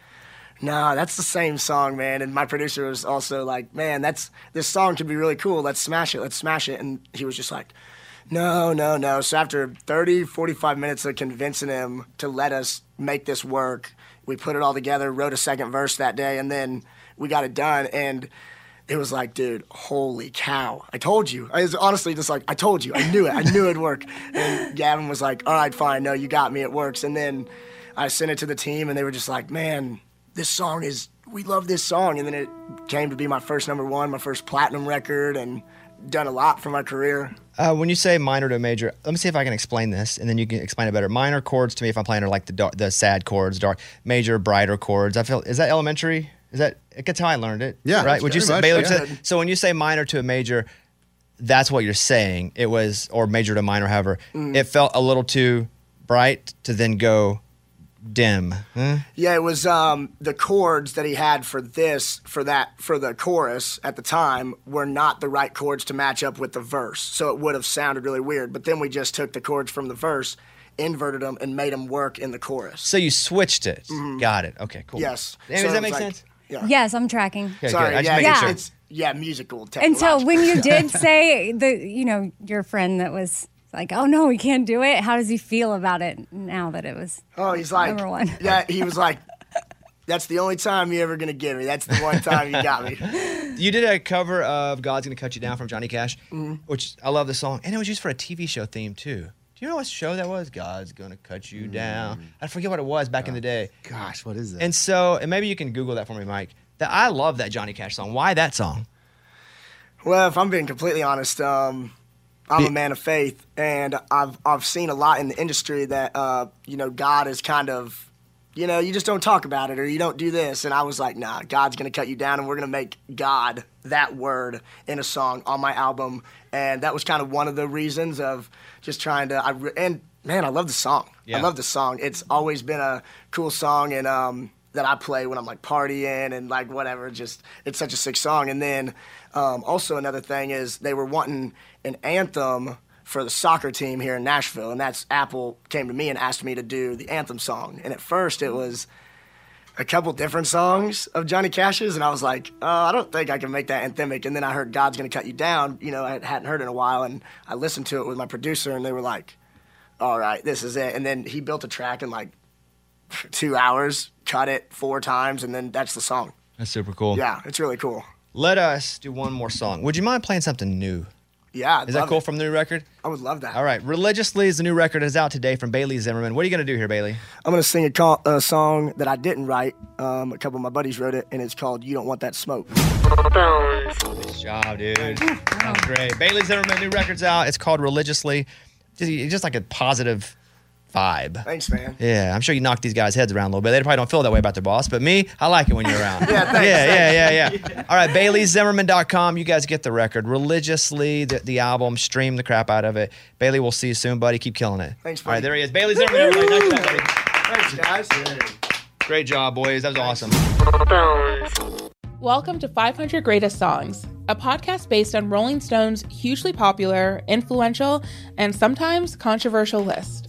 Speaker 20: nah, that's the same song, man. And my producer was also like, man, that's this song could be really cool. Let's smash it. Let's smash it. And he was just like, no, no, no. So after 30, 45 minutes of convincing him to let us make this work, we put it all together, wrote a second verse that day, and then we got it done. And it was like, dude, holy cow. I told you. I was honestly just like, I told you. I knew it. I knew it'd work. And Gavin was like, all right, fine. No, you got me. It works. And then I sent it to the team, and they were just like, man, this song is, we love this song. And then it came to be my first number one, my first platinum record, and done a lot for my career.
Speaker 4: Uh, when you say minor to a major, let me see if I can explain this, and then you can explain it better. Minor chords to me, if I'm playing, are like the dark, the sad chords, dark. Major, brighter chords. I feel is that elementary? Is that that's how I learned it?
Speaker 6: Yeah,
Speaker 4: right. Would you
Speaker 6: very
Speaker 4: say
Speaker 6: much,
Speaker 4: Baylor?
Speaker 6: yeah.
Speaker 4: said- So when you say minor to a major, that's what you're saying. It was or major to minor, however,
Speaker 20: Mm.
Speaker 4: it felt a little too bright to then go dim.
Speaker 6: Mm-hmm.
Speaker 4: Huh?
Speaker 20: Yeah, it was um, the chords that he had for this, for that, for the chorus at the time were not the right chords to match up with the verse. So it would have sounded really weird. But then we just took the chords from the verse, inverted them, and made them work in the chorus.
Speaker 4: So you switched it.
Speaker 6: Mm-hmm.
Speaker 4: Got it. Okay, cool.
Speaker 20: Yes.
Speaker 4: Amy,
Speaker 20: So
Speaker 4: does
Speaker 20: it
Speaker 4: that
Speaker 20: was
Speaker 4: make
Speaker 20: like-
Speaker 4: sense?
Speaker 20: Yeah.
Speaker 17: Yes, I'm tracking.
Speaker 4: Okay,
Speaker 20: Sorry.
Speaker 4: good. I just
Speaker 20: yeah,
Speaker 4: making
Speaker 17: Yeah.
Speaker 4: sure.
Speaker 20: It's yeah, musical.
Speaker 17: And so when you did
Speaker 20: technological.
Speaker 17: say the, you know, your friend that was like, "Oh no, we can't do it." How does he feel about it now that it was?
Speaker 20: Oh, he's like,
Speaker 17: number one.
Speaker 20: yeah, he was like, that's the only time you're ever gonna give me. That's the one time you got me.
Speaker 4: You did a cover of "God's Gonna Cut You Down" from Johnny Cash,
Speaker 20: Mhm.
Speaker 4: which I love the song, and it was used for a TV show theme too. Do you know what show that was? God's gonna cut
Speaker 20: Mm.
Speaker 4: you down. I forget what it was back in the day.
Speaker 6: Gosh, what is that?
Speaker 4: And so, and maybe you can Google that for me, Mike. That I love that Johnny Cash song. Why that song?
Speaker 20: Well, if I'm being completely honest, um, I'm a man of faith, and I've I've seen a lot in the industry that uh, you know God is kind of, you know, you just don't talk about it or you don't do this, and I was like, nah, God's gonna cut you down, and we're gonna make God that word in a song on my album, and that was kind of one of the reasons of just trying to. I re- and man, I love the song.
Speaker 4: Yeah.
Speaker 20: I love the song. It's always been a cool song, and um, that I play when I'm like partying and like whatever. Just it's such a sick song. And then um, also another thing is they were wanting an anthem for the soccer team here in Nashville, and that's Apple came to me and asked me to do the anthem song. And at first it was a couple different songs of Johnny Cash's, and I was like, uh, I don't think I can make that anthemic. And then I heard God's Gonna Cut You Down. You know, I hadn't heard it in a while, and I listened to it with my producer, and they were like, All right, this is it. And then he built a track in like two hours, cut it four times, and then that's the song.
Speaker 4: That's super cool.
Speaker 20: Yeah, it's really cool.
Speaker 4: Let us do one more song. Would you mind playing something new?
Speaker 20: Yeah, I'd
Speaker 4: Is that
Speaker 20: love
Speaker 4: cool
Speaker 20: it.
Speaker 4: from the new record?
Speaker 20: I would love that.
Speaker 4: All right. Religiously is the new record is out today from Bailey Zimmerman. What are you going to do here, Bailey?
Speaker 20: I'm gonna sing a, co- a song that I didn't write. Um, a couple of my buddies wrote it, and it's called "You Don't Want That Smoke."
Speaker 4: Good job, dude. That's great. Bailey Zimmerman, new record's out. It's called Religiously. Just, it's just like a positive vibe.
Speaker 20: Thanks, man.
Speaker 4: Yeah, I'm sure you knock these guys' heads around a little bit. They probably don't feel that way about their boss, but me, I like it when you're around.
Speaker 20: Yeah, thanks,
Speaker 4: yeah, yeah, yeah,
Speaker 20: thanks.
Speaker 4: yeah. All right, BaileyZimmerman.com. You guys get the record religiously, the, the album, stream the crap out of it. Bailey, we'll see you soon, buddy. Keep killing it.
Speaker 20: Thanks,
Speaker 4: All right,
Speaker 20: buddy.
Speaker 4: there he is. Bailey Zimmerman, everybody. Nice job, buddy.
Speaker 20: Thanks, guys.
Speaker 4: Great job, boys. That was awesome.
Speaker 12: Welcome to 500 Greatest Songs, a podcast based on Rolling Stone's hugely popular, influential, and sometimes controversial list.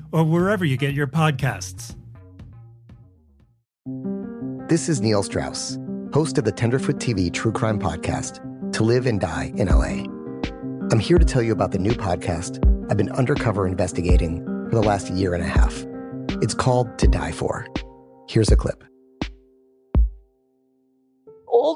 Speaker 21: or wherever you get your podcasts.
Speaker 1: This is Neil Strauss, host of the Tenderfoot TV True Crime Podcast, To Live and Die in LA. I'm here to tell you about the new podcast I've been undercover investigating for the last year and a half. It's called To Die For. Here's a clip.
Speaker 18: all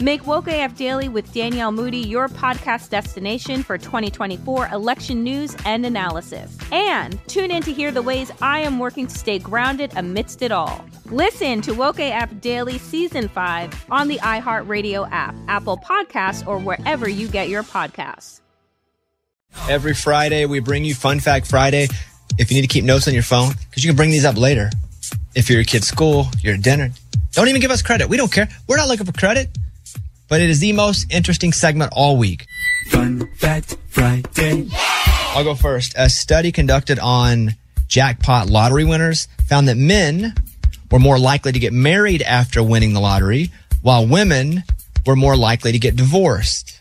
Speaker 5: Make Woke AF Daily with Danielle Moody your podcast destination for 2024 election news and analysis. And tune in to hear the ways I am working to stay grounded amidst it all. Listen to Woke AF Daily Season 5 on the iHeartRadio app, Apple Podcasts, or wherever you get your podcasts.
Speaker 4: Every Friday, we bring you Fun Fact Friday. If you need to keep notes on your phone, because you can bring these up later. If you're at kid's school, you're at dinner, don't even give us credit. We don't care. We're not looking for credit. But it is the most interesting segment all week. Fun Fact Friday. I'll go first. A study conducted on jackpot lottery winners found that men were more likely to get married after winning the lottery, while women were more likely to get divorced.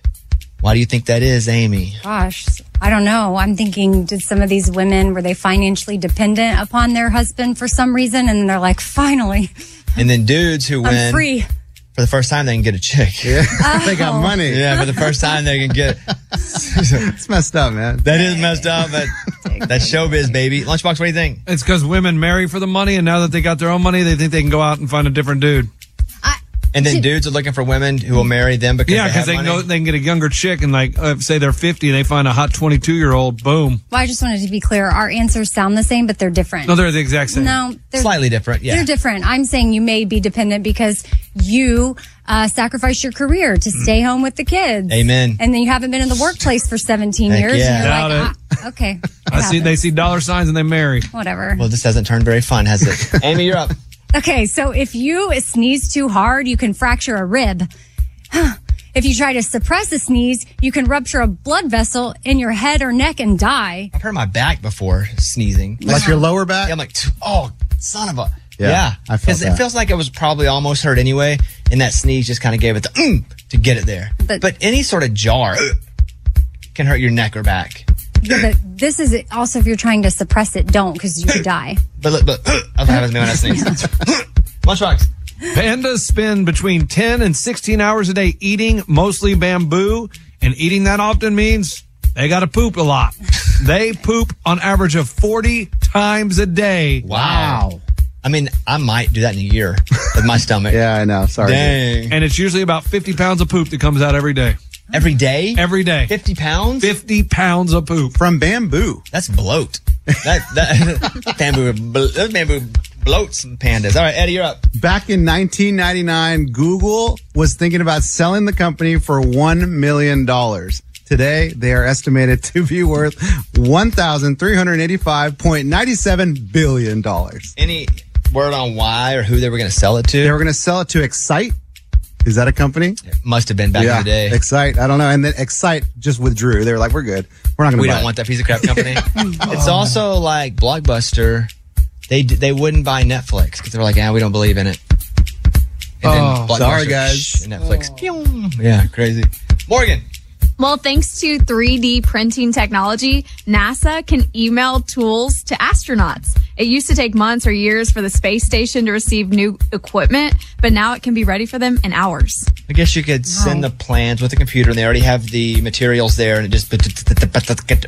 Speaker 4: Why do you think that is, Amy?
Speaker 7: Gosh, I don't know. I'm thinking, did some of these women were they financially dependent upon their husband for some reason, and they're like, finally,
Speaker 4: And then dudes who
Speaker 7: I'm
Speaker 4: win
Speaker 7: free.
Speaker 4: for the first time, they can get a chick. Yeah.
Speaker 7: They got Oh. money.
Speaker 4: Yeah, for the first time, they can get. it's messed up, man. That is messed up, but that's showbiz, baby. Lunchbox, what do you think?
Speaker 6: It's because women marry for the money, and now that they got their own money, they think they can go out and find a different dude.
Speaker 4: And then dudes are looking for women who will marry them because
Speaker 6: yeah,
Speaker 4: they
Speaker 6: because
Speaker 4: have
Speaker 6: they,
Speaker 4: money.
Speaker 6: know they can get a younger chick, and like uh, say they're fifty, and they find a hot twenty-two year old. Boom.
Speaker 7: Well, I just wanted to be clear. Our answers sound the same, but they're different.
Speaker 6: No, they're the exact same.
Speaker 7: No, they're-
Speaker 4: slightly different. Yeah,
Speaker 7: They're different. I'm saying you may be dependent because you uh, sacrificed your career to
Speaker 4: Mm-hmm.
Speaker 7: stay home with the kids.
Speaker 6: Amen.
Speaker 7: And then you haven't been in the workplace for 17
Speaker 4: Heck
Speaker 7: years.
Speaker 4: yeah.
Speaker 7: And
Speaker 6: Doubt
Speaker 7: you're
Speaker 6: it.
Speaker 7: like, "Ah, okay,
Speaker 6: I see they see dollar signs and they marry.
Speaker 7: whatever.
Speaker 4: Well, this hasn't turned very fun, has it? Amy, you're up.
Speaker 7: Okay, so if you sneeze too hard, you can fracture a rib. If you try to suppress a sneeze, you can rupture a blood vessel in your head or neck and die.
Speaker 4: I've hurt my back before sneezing.
Speaker 17: Like your lower back?
Speaker 4: Yeah, I'm like, oh, son of a.
Speaker 17: Yeah,
Speaker 4: Yeah.
Speaker 17: I felt
Speaker 4: 'Cause
Speaker 17: that.
Speaker 4: it feels like it was probably almost hurt anyway, and that sneeze just kind of gave it the mm, to get it there. But, any sort of jar can hurt your neck or back.
Speaker 7: Yeah, but this is also if you're trying to suppress it, don't because you could die.
Speaker 4: But look, but that's what happens to me when I sneeze. Lunchbox.
Speaker 6: Pandas spend between 10 and 16 hours a day eating mostly bamboo, and eating that often means they got to poop a lot. they poop on average of 40 times a day.
Speaker 4: Wow. I mean, I might do that in a year with my stomach. yeah,
Speaker 17: I know. Sorry.
Speaker 4: Dang.
Speaker 6: And it's usually about 50 pounds of poop that comes out every day.
Speaker 4: Every day?
Speaker 6: Every day.
Speaker 4: 50 pounds?
Speaker 6: 50 pounds of poop.
Speaker 17: From bamboo.
Speaker 4: That's bloat. That, that bamboo, bl- those bamboo bloats and pandas. All right, Eddie, you're up.
Speaker 17: Back in 1999, Google was thinking about selling the company for $1 million. Today, they are estimated to be worth $1,385.97 billion.
Speaker 4: Any word on why or who they were going to sell it to?
Speaker 17: They were going to sell it to Excite. Is that a company?
Speaker 4: Must have been back
Speaker 17: yeah,
Speaker 4: in the day.
Speaker 17: Excite. I don't know. And then Excite just withdrew. They were like, we're good. We're not going to
Speaker 4: we
Speaker 17: buy
Speaker 4: don't
Speaker 17: it.
Speaker 4: want that piece of crap company. it's also like Blockbuster. They d- they wouldn't buy Netflix because they were like, yeah, we don't believe in it.
Speaker 17: Oh, sorry,
Speaker 4: Blockbuster,
Speaker 17: guys.
Speaker 4: shh, and Netflix. Yeah, crazy. Morgan.
Speaker 8: Well, thanks to 3D printing technology, NASA can email tools to astronauts. It used to take months or years for the space station to receive new equipment, but now it can be ready for them in hours.
Speaker 4: I guess you could send the plans with the computer, and they already have the materials there, and it just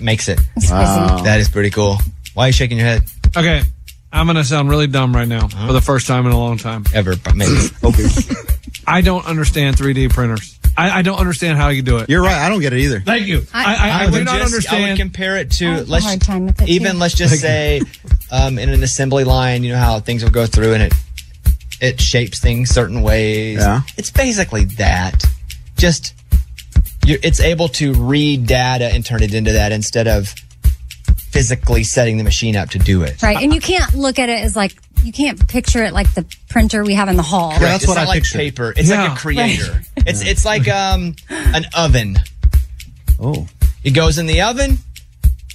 Speaker 4: makes it.
Speaker 6: Wow.
Speaker 4: That is pretty cool. Why are you shaking your head?
Speaker 6: Okay. I'm going to sound really dumb right now for the first time in a long time.
Speaker 4: Ever, maybe.
Speaker 6: I don't understand 3D printers. I, I don't understand how you do it.
Speaker 17: You're right. I don't get it either.
Speaker 6: Thank you. I, I, I,
Speaker 4: would
Speaker 6: do not
Speaker 4: just- I would
Speaker 6: understand.
Speaker 4: compare it to
Speaker 6: have a
Speaker 4: let's
Speaker 6: hard time with it,
Speaker 4: even
Speaker 6: too.
Speaker 4: let's just
Speaker 6: Thank
Speaker 4: say um, in an assembly line, you know how things will go through and it it shapes things certain ways.
Speaker 17: Yeah.
Speaker 4: It's basically that. Just you're, it's able to read data and turn it into that instead of physically setting the machine up to do it.
Speaker 7: Right. And you can't look at it as like, you can't picture it like the printer we have in the hall.
Speaker 4: Correct. it's not like paper. It's like
Speaker 7: Yeah.
Speaker 4: a creator. It's it's like um an oven.
Speaker 17: Oh.
Speaker 4: It goes in the oven,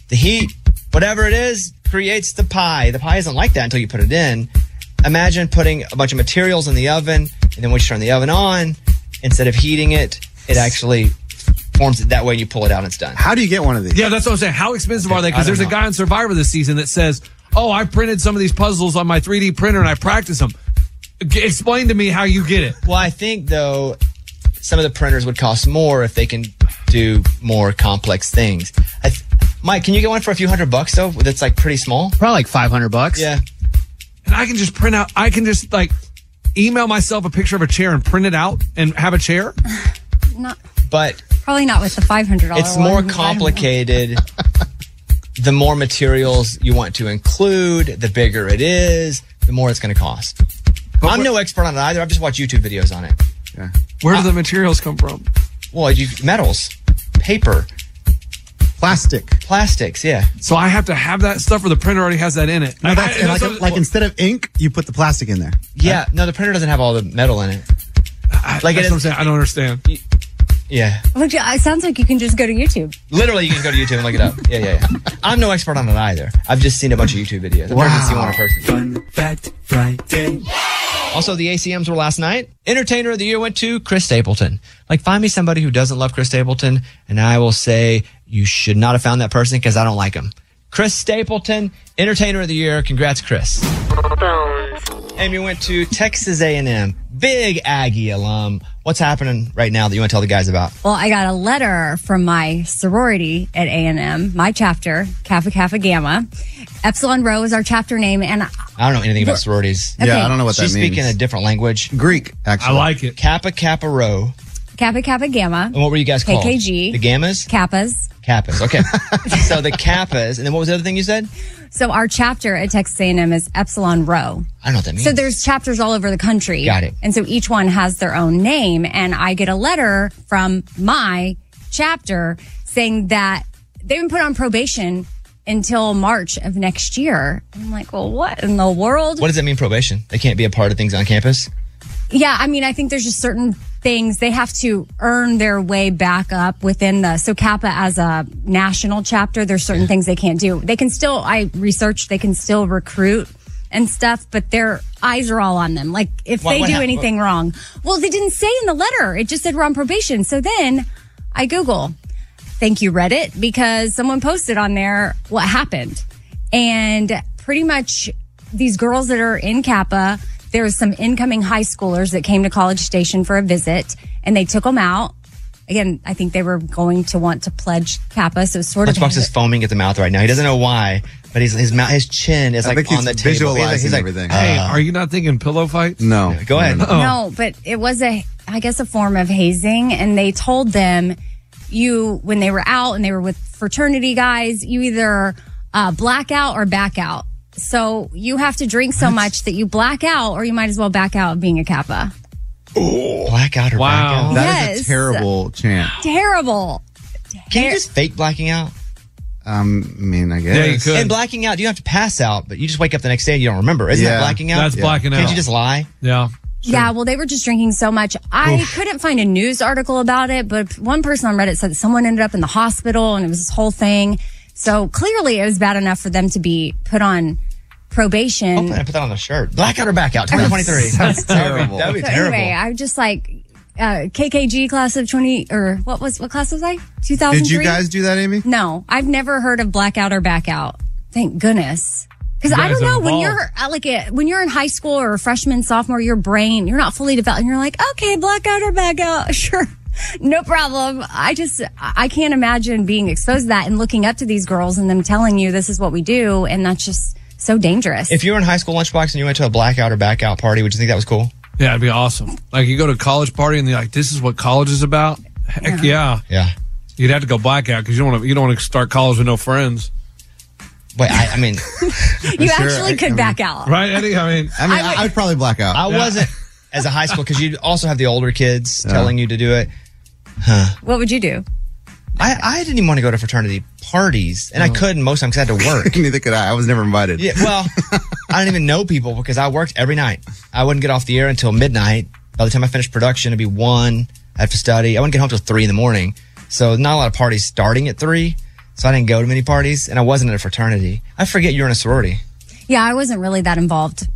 Speaker 4: the heat, whatever it is, creates the pie. The pie isn't like that until you put it in. Imagine putting a bunch of materials in the oven, and then once you turn the oven on, instead of heating it, it actually forms it that way and you pull it out and it's done.
Speaker 17: How do you get one of these?
Speaker 6: Yeah, that's what I'm saying. How expensive are they?
Speaker 4: I
Speaker 6: Because
Speaker 4: don't
Speaker 6: there's a
Speaker 4: know.
Speaker 6: guy on Survivor this season that says, "Oh, I printed some of these puzzles on my 3D printer and I practice them." G- explain to me how you get it.
Speaker 4: Well, I think though some of the printers would cost more if they can do more complex things. I th- Mike, can you get one for a few hundred bucks though? That's like pretty small.
Speaker 22: Probably like five hundred bucks.
Speaker 4: Yeah.
Speaker 6: And I can just print out. I can just like email myself a picture of a chair and print it out and have a chair.
Speaker 7: Not,
Speaker 4: But
Speaker 7: probably not with the $500
Speaker 4: it's
Speaker 7: one.
Speaker 4: more
Speaker 7: I don't know.
Speaker 4: complicated. the more materials you want to include, the bigger it is, the more it's going to cost. I'm no expert on it either. I've just watched YouTube videos on it.
Speaker 6: Where do the materials come from?
Speaker 4: Well, you metals, paper,
Speaker 17: plastic,
Speaker 4: plastics. Yeah.
Speaker 6: So I have to have that stuff, or the printer already has that in it.
Speaker 17: No,
Speaker 6: I-
Speaker 17: that's,
Speaker 6: I- that's
Speaker 17: like,
Speaker 6: what-
Speaker 17: like instead of ink, you put the plastic in there.
Speaker 4: Yeah. No, the printer doesn't have all the metal in it.
Speaker 6: I, like that's what I'm saying. I don't understand.
Speaker 4: Yeah.
Speaker 7: Look, it sounds like you can just go to YouTube.
Speaker 4: Literally, you can go to YouTube and look it up. Yeah, yeah, yeah. I'm no expert on it either. I've just seen a bunch of YouTube videos. I've never even seen one in person.
Speaker 23: Fun Fact Friday.
Speaker 4: Also, Also, the ACMs were last night. Entertainer of the Year went to Chris Stapleton. Like, find me somebody who doesn't love Chris Stapleton, and I will say you should not have found that person because I don't like him. Chris Stapleton, Entertainer of the Year. Congrats, Chris. Amy went to Texas A&M. Big Aggie alum. What's happening right now that you want to tell the guys about?
Speaker 7: Well, I got a letter from my sorority at A&M, my chapter, Kappa Kappa Gamma. Epsilon Rho is our chapter name, and
Speaker 4: I don't know anything about sororities.
Speaker 7: Yeah, Okay. I don't know what
Speaker 4: She's
Speaker 7: that
Speaker 4: speaking
Speaker 7: means.
Speaker 4: a different language.
Speaker 17: Greek, actually.
Speaker 4: I like it. Kappa Kappa Rho.
Speaker 7: Kappa Kappa Gamma,
Speaker 4: And what were you guys called?
Speaker 7: KKG.
Speaker 4: The Gammas?
Speaker 7: Kappas.
Speaker 4: Kappas. Okay. so the Kappas. And then what was the other thing you said?
Speaker 7: So our chapter at Texas A&M is Epsilon Rho.
Speaker 4: I don't know what that means.
Speaker 7: So there's chapters all over the country.
Speaker 4: Got it.
Speaker 7: And so each one has their own name. And I get a letter from my chapter saying that they've been put on probation until March of next year. I'm like, well, what in the world?
Speaker 4: what does that mean, probation? They can't be a part of things on campus?
Speaker 7: Yeah, I mean, I think there's just certain things they have to earn their way back up within the so Kappa as a national chapter. There's certain things they can't do. They can still, I researched, they can still recruit and stuff, but their eyes are all on them. Like if
Speaker 14: What-
Speaker 7: they
Speaker 14: what
Speaker 7: do
Speaker 14: hap-
Speaker 7: anything wrong, well, they didn't say in the letter. It just said we're on probation. So then I Google, thank you Reddit, because someone posted on there what happened, and pretty much these girls that are in Kappa, there was some incoming high schoolers that came to College Station for a visit, and they took them out. Again, I think they were going to want to pledge Kappa, so it's sort of
Speaker 4: Lunchbox is foaming at the mouth right now. He doesn't know why, but he's, his mouth, his chin is
Speaker 7: I
Speaker 4: like
Speaker 7: think
Speaker 4: on the
Speaker 7: he's
Speaker 4: table.
Speaker 17: visualizing
Speaker 4: like,
Speaker 17: everything.
Speaker 6: Hey,
Speaker 4: uh,
Speaker 6: are you not thinking pillow fights?
Speaker 17: No.
Speaker 4: Go ahead.
Speaker 7: No, but it was a, I guess, a form of hazing. And they told them, you, when they were out and they were with fraternity guys, you either uh, black out or back out. So you have to drink so much that you black out, or you might as well back out of being a kappa.
Speaker 4: Blackout or
Speaker 17: Wow.
Speaker 4: blackout?
Speaker 17: That is
Speaker 7: Yes.
Speaker 17: a terrible chant.
Speaker 7: Terrible.
Speaker 4: Can you just fake blacking out?
Speaker 17: Um, I mean, I guess.
Speaker 4: And blacking out, you don't have to pass out, but you just wake up the next day and you don't remember. Isn't
Speaker 17: Yeah.
Speaker 4: that blacking out?
Speaker 17: That's Yeah. blacking
Speaker 4: Can't
Speaker 17: out.
Speaker 4: you just lie?
Speaker 6: Yeah.
Speaker 7: Yeah, well, they were just drinking so much. I couldn't find a news article about it, but one person on Reddit said that someone ended up in the hospital and it was this whole thing. So clearly it was bad enough for them to be put on probation.
Speaker 4: I put that on the shirt. Blackout or blackout? 2023.
Speaker 17: Sounds
Speaker 4: That would be-
Speaker 17: terrible.
Speaker 4: That would be
Speaker 7: So
Speaker 4: terrible.
Speaker 7: Anyway, I just like uh, KKG class of 20 or what was what class was I? 2003.
Speaker 17: Did you guys do that, Amy?
Speaker 7: No, I've never heard of blackout or back out. Thank goodness. Because
Speaker 17: You
Speaker 7: I
Speaker 17: guys
Speaker 7: don't know when
Speaker 17: evolved.
Speaker 7: you're uh, like a, when you're in high school or a freshman, sophomore, your brain you're not fully developed, and you're like, okay, blackout or back out, sure, no problem. I just I I can't imagine being exposed to that and looking up to these girls and them telling you this is what we do, and that's just so dangerous.
Speaker 4: If you were in high school lunchbox and you went to a blackout or blackout party, would you think that was cool?
Speaker 6: Yeah, it'd be awesome. Like you go to a college party and they're like, "This is what college is about." Heck yeah,
Speaker 4: yeah.
Speaker 6: You'd have to go blackout because you don't want to. You don't want to start college with no friends.
Speaker 4: Wait, I, I mean,
Speaker 7: you actually could back out.
Speaker 6: right, Eddie? I mean,
Speaker 17: I mean, I, I would probably black out.
Speaker 4: I wasn't as a high school because you also have the older kids telling you to do it. Huh.
Speaker 7: What would you do?
Speaker 4: I, I didn't even want to go to fraternity parties, and I couldn't most times 'cause I had to work.
Speaker 17: Neither could I. I was never invited.
Speaker 4: Yeah, well, I didn't even know people because I worked every night. I wouldn't get off the air until midnight. By the time I finished production, it'd be one. I have to study. I wouldn't get home till three in the morning. So not a lot of parties starting at three. So I didn't go to many parties, and I wasn't in a fraternity. I forget you're in a sorority.
Speaker 7: Yeah, I wasn't really that involved.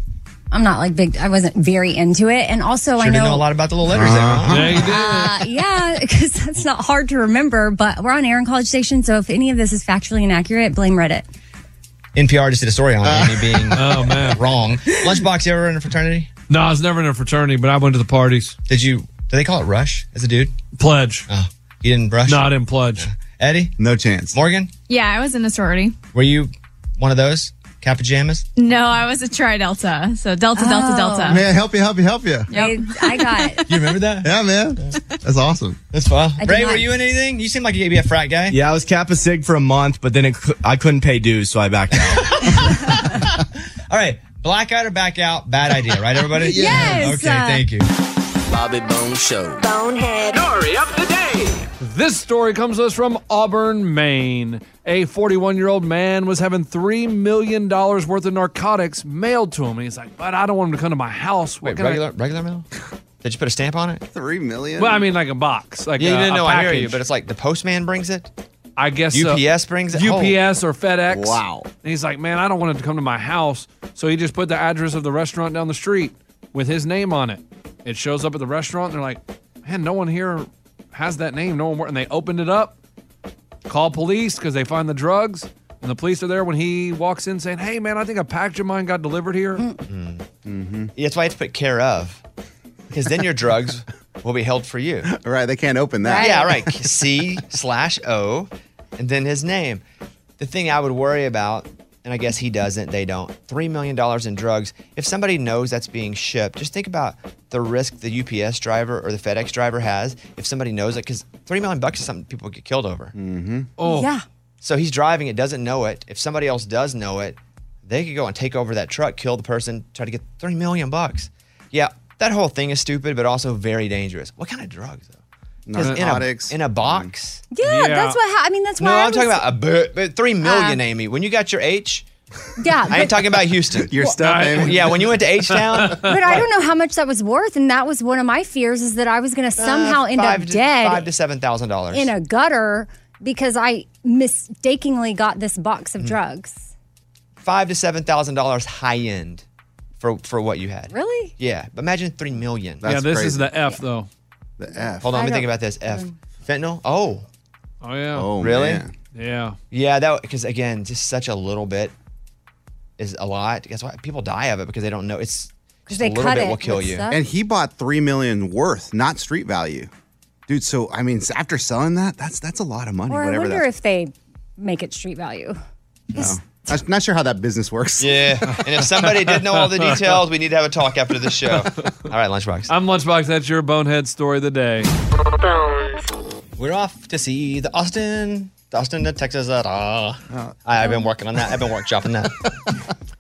Speaker 7: I'm not like big. I wasn't very into it, and also
Speaker 4: Sure
Speaker 7: Oh, I know
Speaker 4: didn't know a lot about the little letters
Speaker 6: Uh-huh.
Speaker 4: there.
Speaker 6: Yeah, you did.
Speaker 7: uh, yeah, because that's not hard to remember. But we're on air in College Station, so if any of this is factually inaccurate, blame Reddit.
Speaker 4: NPR just did a story on Amy being oh, man. wrong. Lunchbox, you ever in a fraternity?
Speaker 6: No, I was never in a fraternity, but I went to the parties.
Speaker 4: Did you? Do they call it rush as a dude?
Speaker 6: Pledge.
Speaker 4: Oh, you didn't rush?
Speaker 6: No, I didn't pledge.
Speaker 4: Eddie?
Speaker 17: No chance.
Speaker 4: Morgan,
Speaker 8: Yeah, I was in a sorority.
Speaker 4: were you one of those? Cap pajamas?
Speaker 8: No, I was a tri Delta. So Delta, Delta,
Speaker 4: Oh.
Speaker 8: Delta.
Speaker 17: Man, help you, help you, help you.
Speaker 7: I got
Speaker 4: You remember that?
Speaker 17: Yeah, man. That's awesome.
Speaker 4: That's fun.
Speaker 7: I did
Speaker 4: Ray,
Speaker 7: not-
Speaker 4: were you in anything? You seem like you'd be a frat guy.
Speaker 24: Yeah, I was Kappa Sig for a month, but then it, cou- I couldn't pay dues, so I backed out.
Speaker 4: All right. Blackout or back out? Bad idea, right, everybody?
Speaker 24: Yes.
Speaker 4: Okay, thank you.
Speaker 24: Bobby Bone Show.
Speaker 2: Bonehead. Story of the day.
Speaker 6: This story comes to us from Auburn, Maine. A 41 year old man was having $3 million worth of narcotics mailed to him. And he's like, but I don't want him to come to my house. What
Speaker 4: Wait,
Speaker 6: can I-"
Speaker 4: regular regular mail? Did you put a stamp on it?
Speaker 17: Three million?
Speaker 6: Well, I mean, like a box. Like
Speaker 4: yeah,
Speaker 6: a,
Speaker 4: you didn't
Speaker 6: a
Speaker 4: know. I hear
Speaker 6: package.
Speaker 4: you, but it's like the postman brings it.
Speaker 6: I guess so.
Speaker 4: UPS brings it. Oh.
Speaker 6: UPS or FedEx.
Speaker 4: Wow.
Speaker 6: And he's like, man, I don't want it to come to my house. So he just put the address of the restaurant down the street. with his name on it. It shows up at the restaurant. And they're like, man, no one here has that name. No one. wor-" And they opened it up, call police because they find the drugs. And the police are there when he walks in saying, hey, man, I think a package of mine got delivered here.
Speaker 4: Mm-hmm. That's why I have to put care of, because then your drugs will be held for you.
Speaker 17: Right, they can't open that.
Speaker 4: Yeah, right. C slash O, and then his name. The thing I would worry about, and I guess he doesn't, they don't, $3 million in drugs. If somebody knows that's being shipped, just think about the risk the UPS driver or the FedEx driver has if somebody knows it, because $3 million bucks is something people get killed over. Mm-hmm.
Speaker 6: Oh. Yeah.
Speaker 4: So he's driving it, doesn't know it. If somebody else does know it, they could go and take over that truck, kill the person, try to get 3 million bucks. Yeah, that whole thing is stupid, but also very dangerous. What kind of drugs, though? 'Cause
Speaker 17: Narcotics. Mm.
Speaker 4: In a, in a box?
Speaker 7: Yeah, that's what. Ha- I mean, that's why.
Speaker 4: No,
Speaker 7: I
Speaker 4: I'm
Speaker 7: was-
Speaker 4: talking about a bu- but three million,
Speaker 7: Uh,
Speaker 4: Amy. When you got your H,
Speaker 7: Yeah,
Speaker 4: I ain't
Speaker 7: but-
Speaker 4: talking about Houston.
Speaker 17: Your stuff, Amy.
Speaker 4: Yeah, when you went to H Town.
Speaker 7: But I don't know how much that was worth, and that was one of my fears is that I was going to somehow end up
Speaker 4: Uh, five to,
Speaker 7: dead
Speaker 4: Five to seven thousand dollars.
Speaker 7: in a gutter because I mistakenly got this box
Speaker 4: Mm.
Speaker 7: of drugs.
Speaker 4: Five to seven thousand dollars high end for for what you had.
Speaker 7: Really?
Speaker 4: Yeah, but imagine three million.
Speaker 6: yeah, this is the F, though.
Speaker 17: The F.
Speaker 4: Hold on,
Speaker 6: I
Speaker 4: let me think
Speaker 6: don't-
Speaker 4: about this. F fentanyl. Oh,
Speaker 6: Oh, yeah.
Speaker 4: really?
Speaker 6: Yeah.
Speaker 4: Yeah, that because again, just such a little bit is a lot. That's why people die of it because they don't know. It's just a little bit will kill you.
Speaker 17: And he bought three million worth, not street value, dude. So I mean, s- after selling that, that's that's a lot of money.
Speaker 7: Or I
Speaker 17: whatever
Speaker 7: wonder
Speaker 17: that's,
Speaker 7: if they make it street value.
Speaker 17: no. I'm not sure how that business works.
Speaker 4: Yeah. And if somebody did know all the details, we need to have a talk after the show. All right, Lunchbox.
Speaker 6: I'm Lunchbox. That's your bonehead story of the day.
Speaker 4: We're off to see the Austin, the Austin to Texas. uh, uh. I, I've been working on that. I've been workshopping that.